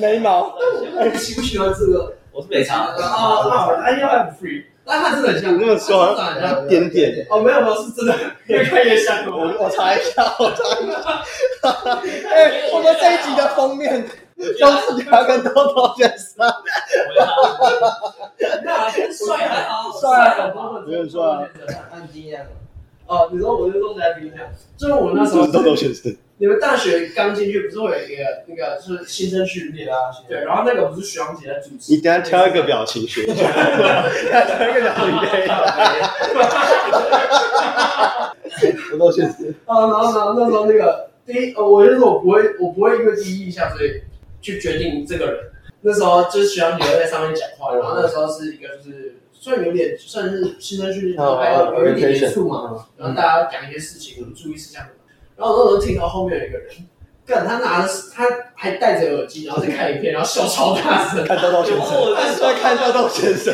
Speaker 2: 眉毛
Speaker 1: 我不喜不喜欢这个
Speaker 4: 我是没查，
Speaker 1: 啊？那好，哎呀，I'm free，但他真的很像，
Speaker 2: 你那么说
Speaker 1: 他长得很像。
Speaker 2: 一点点。
Speaker 1: 哦，没有没有，是真的，越看越像
Speaker 2: 我
Speaker 1: 我。
Speaker 2: 我查一下，我查一下。哎、我们这一集的封面都是他跟豆豆先生。
Speaker 1: 那帅还好，
Speaker 2: 帅
Speaker 1: 还好，
Speaker 2: 没有帅啊。
Speaker 3: 按第一样的。
Speaker 1: 哦，你说我是周深的第一印象，就是我那时 候
Speaker 2: 是豆豆先生。
Speaker 1: 你们大学刚进去不是会有一个那个就是新生训练啊？对，然后那个不是徐阳姐在主持？
Speaker 2: 你等一下挑一个表情学一下，挑一个表情学一下。豆豆先生，
Speaker 1: 啊，然后然后那时候那个第一，呃我就说我不会，我不会因为第一印象所以去决定这个人。那时候就是徐阳姐在上面讲话，然后那时候是一个就是算有点算是新生训练，然后还有哦有一点接触嘛，然后大家讲一些事情，有注意事项什么。然后我那时候听到后面有一个人，干他拿着他还戴着耳机，然后在看影片，然后笑超大声。
Speaker 2: 看豆豆先生，在看豆豆先生。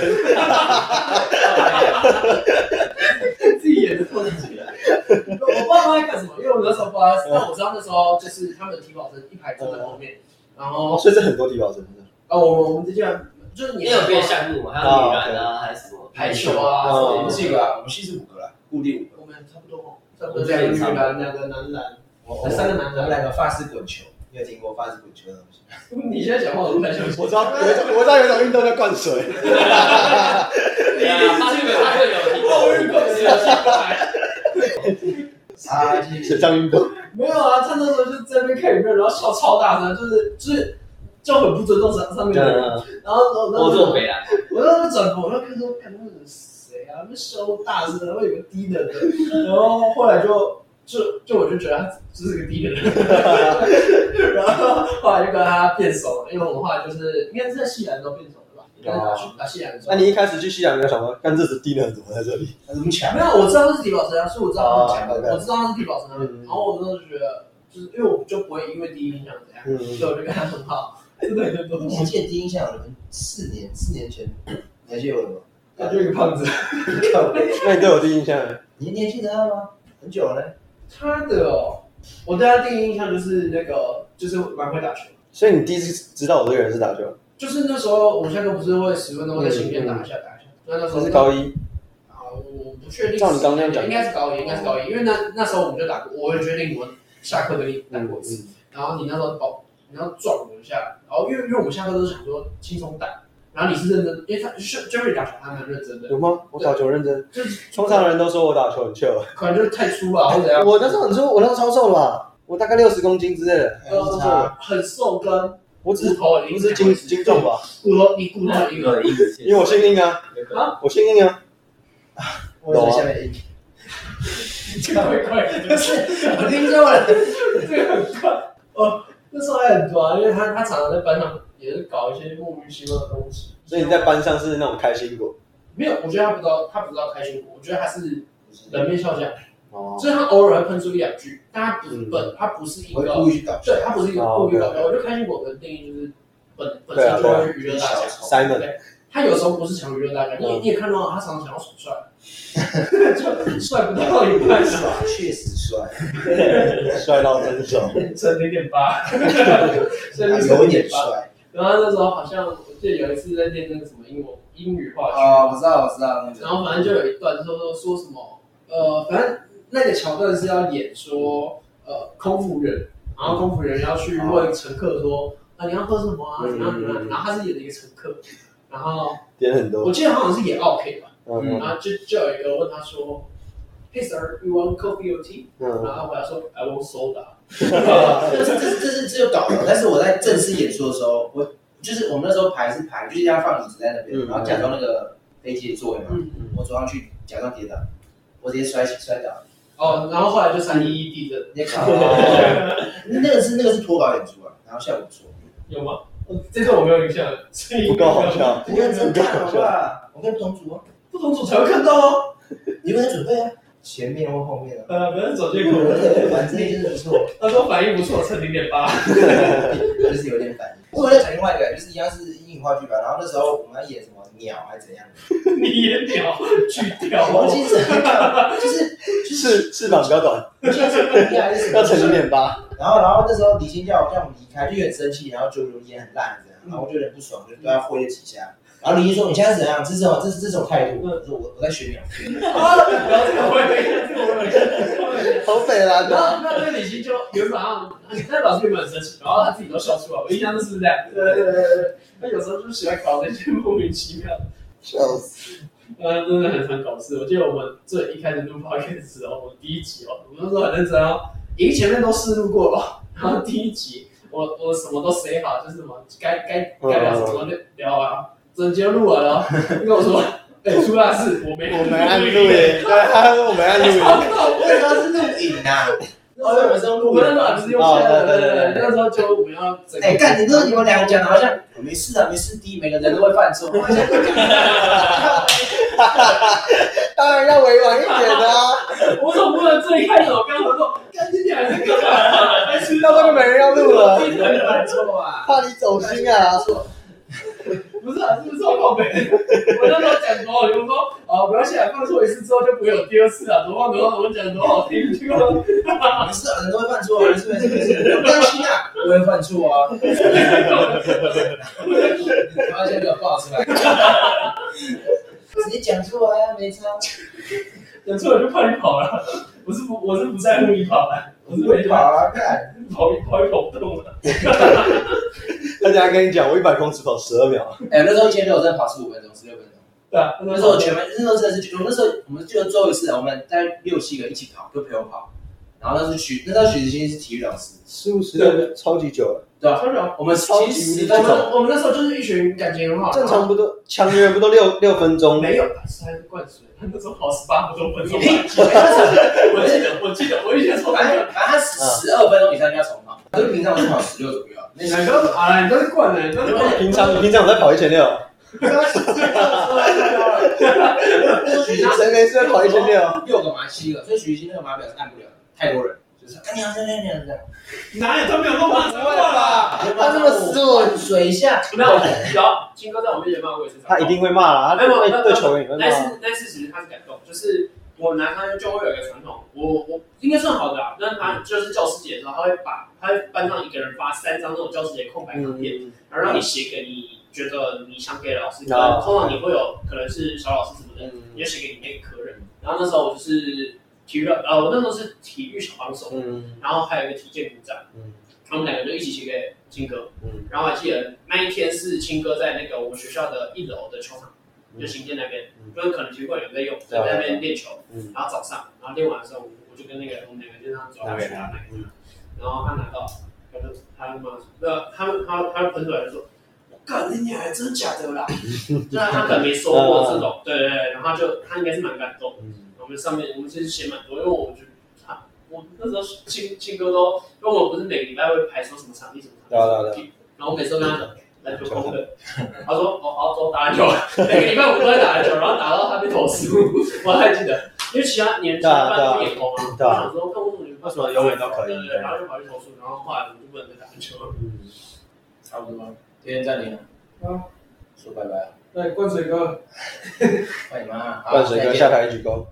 Speaker 1: 自己演的特别起来。我不知道他在干什么，因为我那时候不知道，但我知道那时候就是他们的体保生一排坐在后面，然后
Speaker 2: 所以这很多地方真的。
Speaker 1: 啊，我们我们这居然就是你
Speaker 4: 你有别的项目吗？还有女篮啊，还是什么
Speaker 1: 排球啊，
Speaker 2: 哦
Speaker 1: 我
Speaker 3: 我
Speaker 1: 们
Speaker 3: 们
Speaker 1: 这
Speaker 3: 几
Speaker 1: 个
Speaker 3: 个啊？我们系是五个啦，固定五个。
Speaker 1: 我们差不多，差不多两个女篮，两个男篮，
Speaker 3: 我
Speaker 1: 三个男
Speaker 3: 我们
Speaker 1: 篮。
Speaker 3: 两个法式滚球，你有听过法式滚球的东西？
Speaker 1: 你现在讲话我都不太相信。
Speaker 2: 我知道，有一种我知道有一种运动叫灌水。
Speaker 4: 对啊，他这个他这个有听
Speaker 1: 我遇过这个小孩
Speaker 3: 啊，继
Speaker 2: 水
Speaker 3: 续。
Speaker 2: 上运动，
Speaker 1: 没有啊，他那时候就在那边看影片，然后笑超大声，就是就是就很不尊重上上面的
Speaker 2: 嗯
Speaker 1: 人。然后我那
Speaker 4: 我
Speaker 1: 时
Speaker 4: 做
Speaker 1: 候
Speaker 4: 北篮，
Speaker 1: 我那时候转头，我就跟他说：“看那个谁啊，那么凶大声，然后有个低能的。”然后后来就就就我就觉得他就是个低能儿， 然后后来就跟他变熟了，因为我们后来就是应该是在西南都变熟了吧，应该是打去打西南的时候
Speaker 2: 那你一开始去西洋没有想到，干这只低能怎么在这里？
Speaker 3: 他怎么抢
Speaker 1: 没？有，我知道是地保生啊，所以我知道他是假
Speaker 3: 哦
Speaker 1: 的，
Speaker 3: 对
Speaker 1: 我知道他是地保生啊
Speaker 2: 嗯，
Speaker 1: 然后我那时候就觉得，就是因为我就不会因为第一印象怎样，
Speaker 2: 嗯
Speaker 1: 所以我就跟他很好，对对对对，
Speaker 3: 我记得第一印象，我们四年四年前，你还记得我吗？
Speaker 1: 他就一个胖子，
Speaker 2: 那你对我第一印象呢？
Speaker 3: 你你还记得他吗？很久了呢，
Speaker 1: 他的哦，我对他第一印象就是那个就是蛮会打球，
Speaker 2: 所以你第一次知道我这个人是打球，
Speaker 1: 就是那时候我们下课不是会十分钟在前面打一下打一下，那那时
Speaker 2: 这
Speaker 1: 候
Speaker 2: 是高一，
Speaker 1: 啊，我不确定，
Speaker 2: 照你刚刚那样讲
Speaker 1: 应该是高一，应该是高一，因为那那时候我们就打过，我也决定我下课跟你打
Speaker 2: 嗯
Speaker 1: 过一次。然后你那时候保，你要撞我一下，然后因为因为我们下课都是想说轻松打，然后你是认真，因为他 Jerry 打球他蛮认真的，
Speaker 2: 有吗？我打球认真，
Speaker 1: 就是
Speaker 2: 通常人都说我打球很 chill，
Speaker 1: 可能就是太粗了或者怎样，
Speaker 2: 我那时候很瘦，我那时候超瘦的吧，我大概六十公斤之类的，
Speaker 3: 还是他
Speaker 1: 很瘦跟
Speaker 2: 我只
Speaker 1: 骨
Speaker 2: 是
Speaker 1: 头已
Speaker 2: 不
Speaker 1: 经
Speaker 2: 是斤斤重吧，
Speaker 1: 骨头你骨头
Speaker 4: 一
Speaker 1: 一个，
Speaker 4: 个一个，
Speaker 2: 因为我姓硬啊，我姓硬啊，
Speaker 3: 我在下面一，
Speaker 1: 这个很快，
Speaker 3: 我听说了，
Speaker 1: 这个很快，哦，那时候还很多啊，因为他他常常在班上也是搞一些莫名其妙的东西，
Speaker 2: 所以你在班上是那种开心果
Speaker 1: 没有，我觉得他不知道他不知道开心果，我觉得他是冷面笑匠，
Speaker 2: 哦，
Speaker 1: 就是他偶尔会喷出一两句，但他不是笨，他不是一
Speaker 3: 我
Speaker 1: 个
Speaker 3: 会故意去搞。
Speaker 1: 对，它不是一个故意
Speaker 2: 哦
Speaker 1: 搞笑。
Speaker 2: 对
Speaker 1: 我觉得开心果的定义就是本本
Speaker 2: 对啊
Speaker 1: 身就会去娱乐大家。
Speaker 2: Simon
Speaker 1: 对，他有时候不是想娱乐大家，你
Speaker 2: 嗯
Speaker 1: 你也看到他常常想要耍帅， 就帅不到一半，
Speaker 3: 耍确实帅，
Speaker 2: 帅到分手，
Speaker 1: 成零点八， 真的是
Speaker 3: 啊有点
Speaker 1: 0.8。
Speaker 3: 帅
Speaker 1: 然后那时候好像我记得有一次在练那个什么英文英语化学，
Speaker 3: 哦，我知道，我知道那
Speaker 1: 然后反正就有一段说说什么，呃，反正那个桥段是要演说，呃，空服人，然后空服人要去问乘客说，啊，你要喝什么啊？
Speaker 2: 嗯
Speaker 1: 怎样怎
Speaker 2: 嗯嗯
Speaker 1: 样？然后他是演的一个乘客，然后
Speaker 2: 点很多
Speaker 1: 我，记得好像是演 OK 吧，
Speaker 2: 嗯
Speaker 1: 然后就就有一个问他说，Hey sir, you want coffee or tea？
Speaker 2: 嗯，
Speaker 1: 然后他回答说，I want soda。
Speaker 3: 这是这是这是只有搞头，但是我在正式演出的时候，我就是我们那时候排是排，就是要放椅子在那边，
Speaker 2: 嗯
Speaker 3: 然后假装那个飞机的座位嘛，
Speaker 1: 嗯
Speaker 2: 嗯
Speaker 3: 我走上去假装跌倒，我直接摔摔倒，
Speaker 1: 哦，然后后来就三一一地震，
Speaker 3: 你看，那个是那个是脱稿演出啊，然后下午说，
Speaker 1: 有吗？哦这个我没有印象，所以
Speaker 2: 不够好， 笑，
Speaker 3: 你认真看好不好？我跟同组啊，
Speaker 1: 不同组才会看到哦。
Speaker 3: 你们在准备啊，前面或后面啊，
Speaker 1: 呃，不要走借口。
Speaker 3: 反正就是不错，
Speaker 1: 他说反应不错，乘零点八。
Speaker 3: 就是有点反应。我有在讲另外一个，就是一样是英语话剧吧，然后那时候我们要演什么鸟还是怎样的，
Speaker 1: 你也鸟去掉
Speaker 3: 我忘记是就是
Speaker 2: 翅翅膀比较短，
Speaker 3: 我记得是不一还是什么，
Speaker 2: 要乘零点 八，
Speaker 3: 然后，然后那时候李欣叫我叫我们离开，就很生气，然后九九也很烂这样，然后我就有点不爽，就对他挥了几下。然后李欣说：“你现在是怎样？这是什么？这是这种态度？”我说：“我我在学鸟。
Speaker 1: 然后这个我也没看，这个我也没看。
Speaker 2: 好北啦，
Speaker 1: 然后那那李欣就原本啊，那老师原本很生气，然后他自己都笑出来。我印象就是这样。对对对对。他有时候就喜欢搞那些莫名其妙的，
Speaker 2: 笑死，
Speaker 1: 呃，真的很常搞事。我记得我们最一开始录 p o d 的时候，我第一集哦，我们那时候很认真哦，因为前面都试录过了，然后第一集我我什么都 say 好，就是什么该该该聊什么就聊完了，整节录完 了，跟我说，哎、出大事，我没
Speaker 2: 我没按录音，对， 他说我没按录音，
Speaker 3: 我也知道是录影啊，
Speaker 1: 哦，对，我们是用录的，我们那时候还不是用现在的，对对对，那时候就我们要整个。
Speaker 3: 哎，干，你都你们两个讲的好像没事啊，没事的，每个人都会犯 错。
Speaker 2: 当然要委婉一点的啊，
Speaker 1: 我总不能最一开始我跟他说，干你俩是干嘛？还知
Speaker 2: 那这就没人要录 了，
Speaker 1: 真的犯错啊？
Speaker 2: 怕你走心啊，
Speaker 1: 不是啊，是不是我靠北？我那时候讲多好听，我说啊，不要现在犯错一次之后就不会有第二次了，多棒多棒，我讲多好听，结果
Speaker 3: 没事啊，人都会犯错，没事没事没事，不担心啊，我也犯错啊。
Speaker 1: 然后现在就爆出来，
Speaker 3: 直接讲出来啊，没差。
Speaker 1: 讲错了就怕你跑了。我是不，我是不在乎你跑了，我是没
Speaker 3: 跑
Speaker 1: 跑，
Speaker 3: 啊，干，
Speaker 1: 跑一跑一跑不动了。
Speaker 2: 他等下跟你讲，我一百公尺跑十二秒，
Speaker 3: 哎，那时候一千六我真的跑十五分钟，十六分钟。
Speaker 1: 对啊，
Speaker 3: 那时候我全班，那时候真的是，我们那时候我们就最后一次啊，我们大概六七个一起跑，跟朋友跑。然后那是许，那时候许志新是体育老师，
Speaker 2: 十五十六超级久了，
Speaker 6: 对吧？
Speaker 1: 超久。
Speaker 6: 我们
Speaker 2: 超
Speaker 6: 其
Speaker 2: 级
Speaker 6: 实
Speaker 2: 无敌
Speaker 1: 我
Speaker 2: 这
Speaker 1: 们
Speaker 2: 种
Speaker 1: 我们那时候就是一群感情很好，
Speaker 2: 正常不都抢人不都六六分钟？
Speaker 1: 没有三灌水，那时候好十八分钟分钟。
Speaker 6: 你
Speaker 1: 我记得，我记得，我以前从
Speaker 6: 反
Speaker 1: 来没有
Speaker 6: 正反正他十二分钟以上就要重跑，可是平常我是跑十六左右啊。那
Speaker 1: 你都好了，你都是惯人，你都是惯人。
Speaker 2: 平常你平常我在跑一千六，谁没事在跑一千六？
Speaker 6: 六个嘛，七个，所以徐熙那个码表是按不了的，太多人，就是干你娘，干你娘，干你娘，
Speaker 1: 哪有都没有弄完，过了。
Speaker 3: 他这么说，
Speaker 6: 水下
Speaker 1: 没有，有金哥在我面前骂我也是。
Speaker 2: 他一定会骂啦，他
Speaker 1: 没有没有
Speaker 2: 对对球员也会
Speaker 1: 但
Speaker 2: 骂。
Speaker 1: 是但是其实他是感动，就是我南山就会有一个传统，我我应该算好的啦。那他就是教师节的时候，他会把他会班上一个人发三张那种教师节空白卡片，
Speaker 2: 嗯，
Speaker 1: 然后让你写给你觉得你想给的老师，可
Speaker 2: 哦
Speaker 1: 能通常你会有可能是小老师什么的，你就写给你那个科任。然后那时候我就是体育老呃，我那时候是体育小帮手，
Speaker 2: 嗯
Speaker 1: 然后还有一个体健股长，
Speaker 2: 嗯
Speaker 1: 他们两个就一起写给金哥。
Speaker 2: 嗯
Speaker 1: 然后我还记得那一天是青哥在那个我们学校的一楼的球场，就新店那边
Speaker 2: 嗯，
Speaker 1: 就是可能体育馆有在用，
Speaker 2: 对啊
Speaker 1: 在那边练球
Speaker 2: 嗯。
Speaker 1: 然后早上，然后练完的时候，我我就跟那个我们两个就这样走下去拿那个，然后他拿到，他就他就骂，那他他他喷出来就说。我干你娘！真的假的啦？ 对啊，他可能没说过这种，对对对，然后他就他应该是蛮感动的。
Speaker 2: 嗯，
Speaker 1: 我们上面我们其实写蛮多，因为我们就啊，我那时候庆庆哥都，因为我们不是每个礼拜会排说什么场地什么场地，
Speaker 2: 对啊对啊
Speaker 1: 然后我每次都跟他讲篮球空
Speaker 2: 啊
Speaker 1: 的，他说哦好走打篮球，每个礼拜五都在打篮球，然后打到他被投诉， 我还记得，因为其他年其他班都也空啊，
Speaker 2: 对啊对
Speaker 1: 我
Speaker 2: 啊
Speaker 1: 想说看为什么你们
Speaker 2: 为什么永远都可以
Speaker 1: 对对对，然后就跑去投诉，然后后来我们就不能再打篮球了。
Speaker 2: 嗯
Speaker 6: 差不多，今天暂停了，
Speaker 1: 啊，
Speaker 6: 说拜拜，
Speaker 1: 对，灌水哥。
Speaker 6: 拜你妈啊，
Speaker 2: 灌水
Speaker 6: 再
Speaker 2: 哥
Speaker 6: 见
Speaker 2: 下台一鞠躬。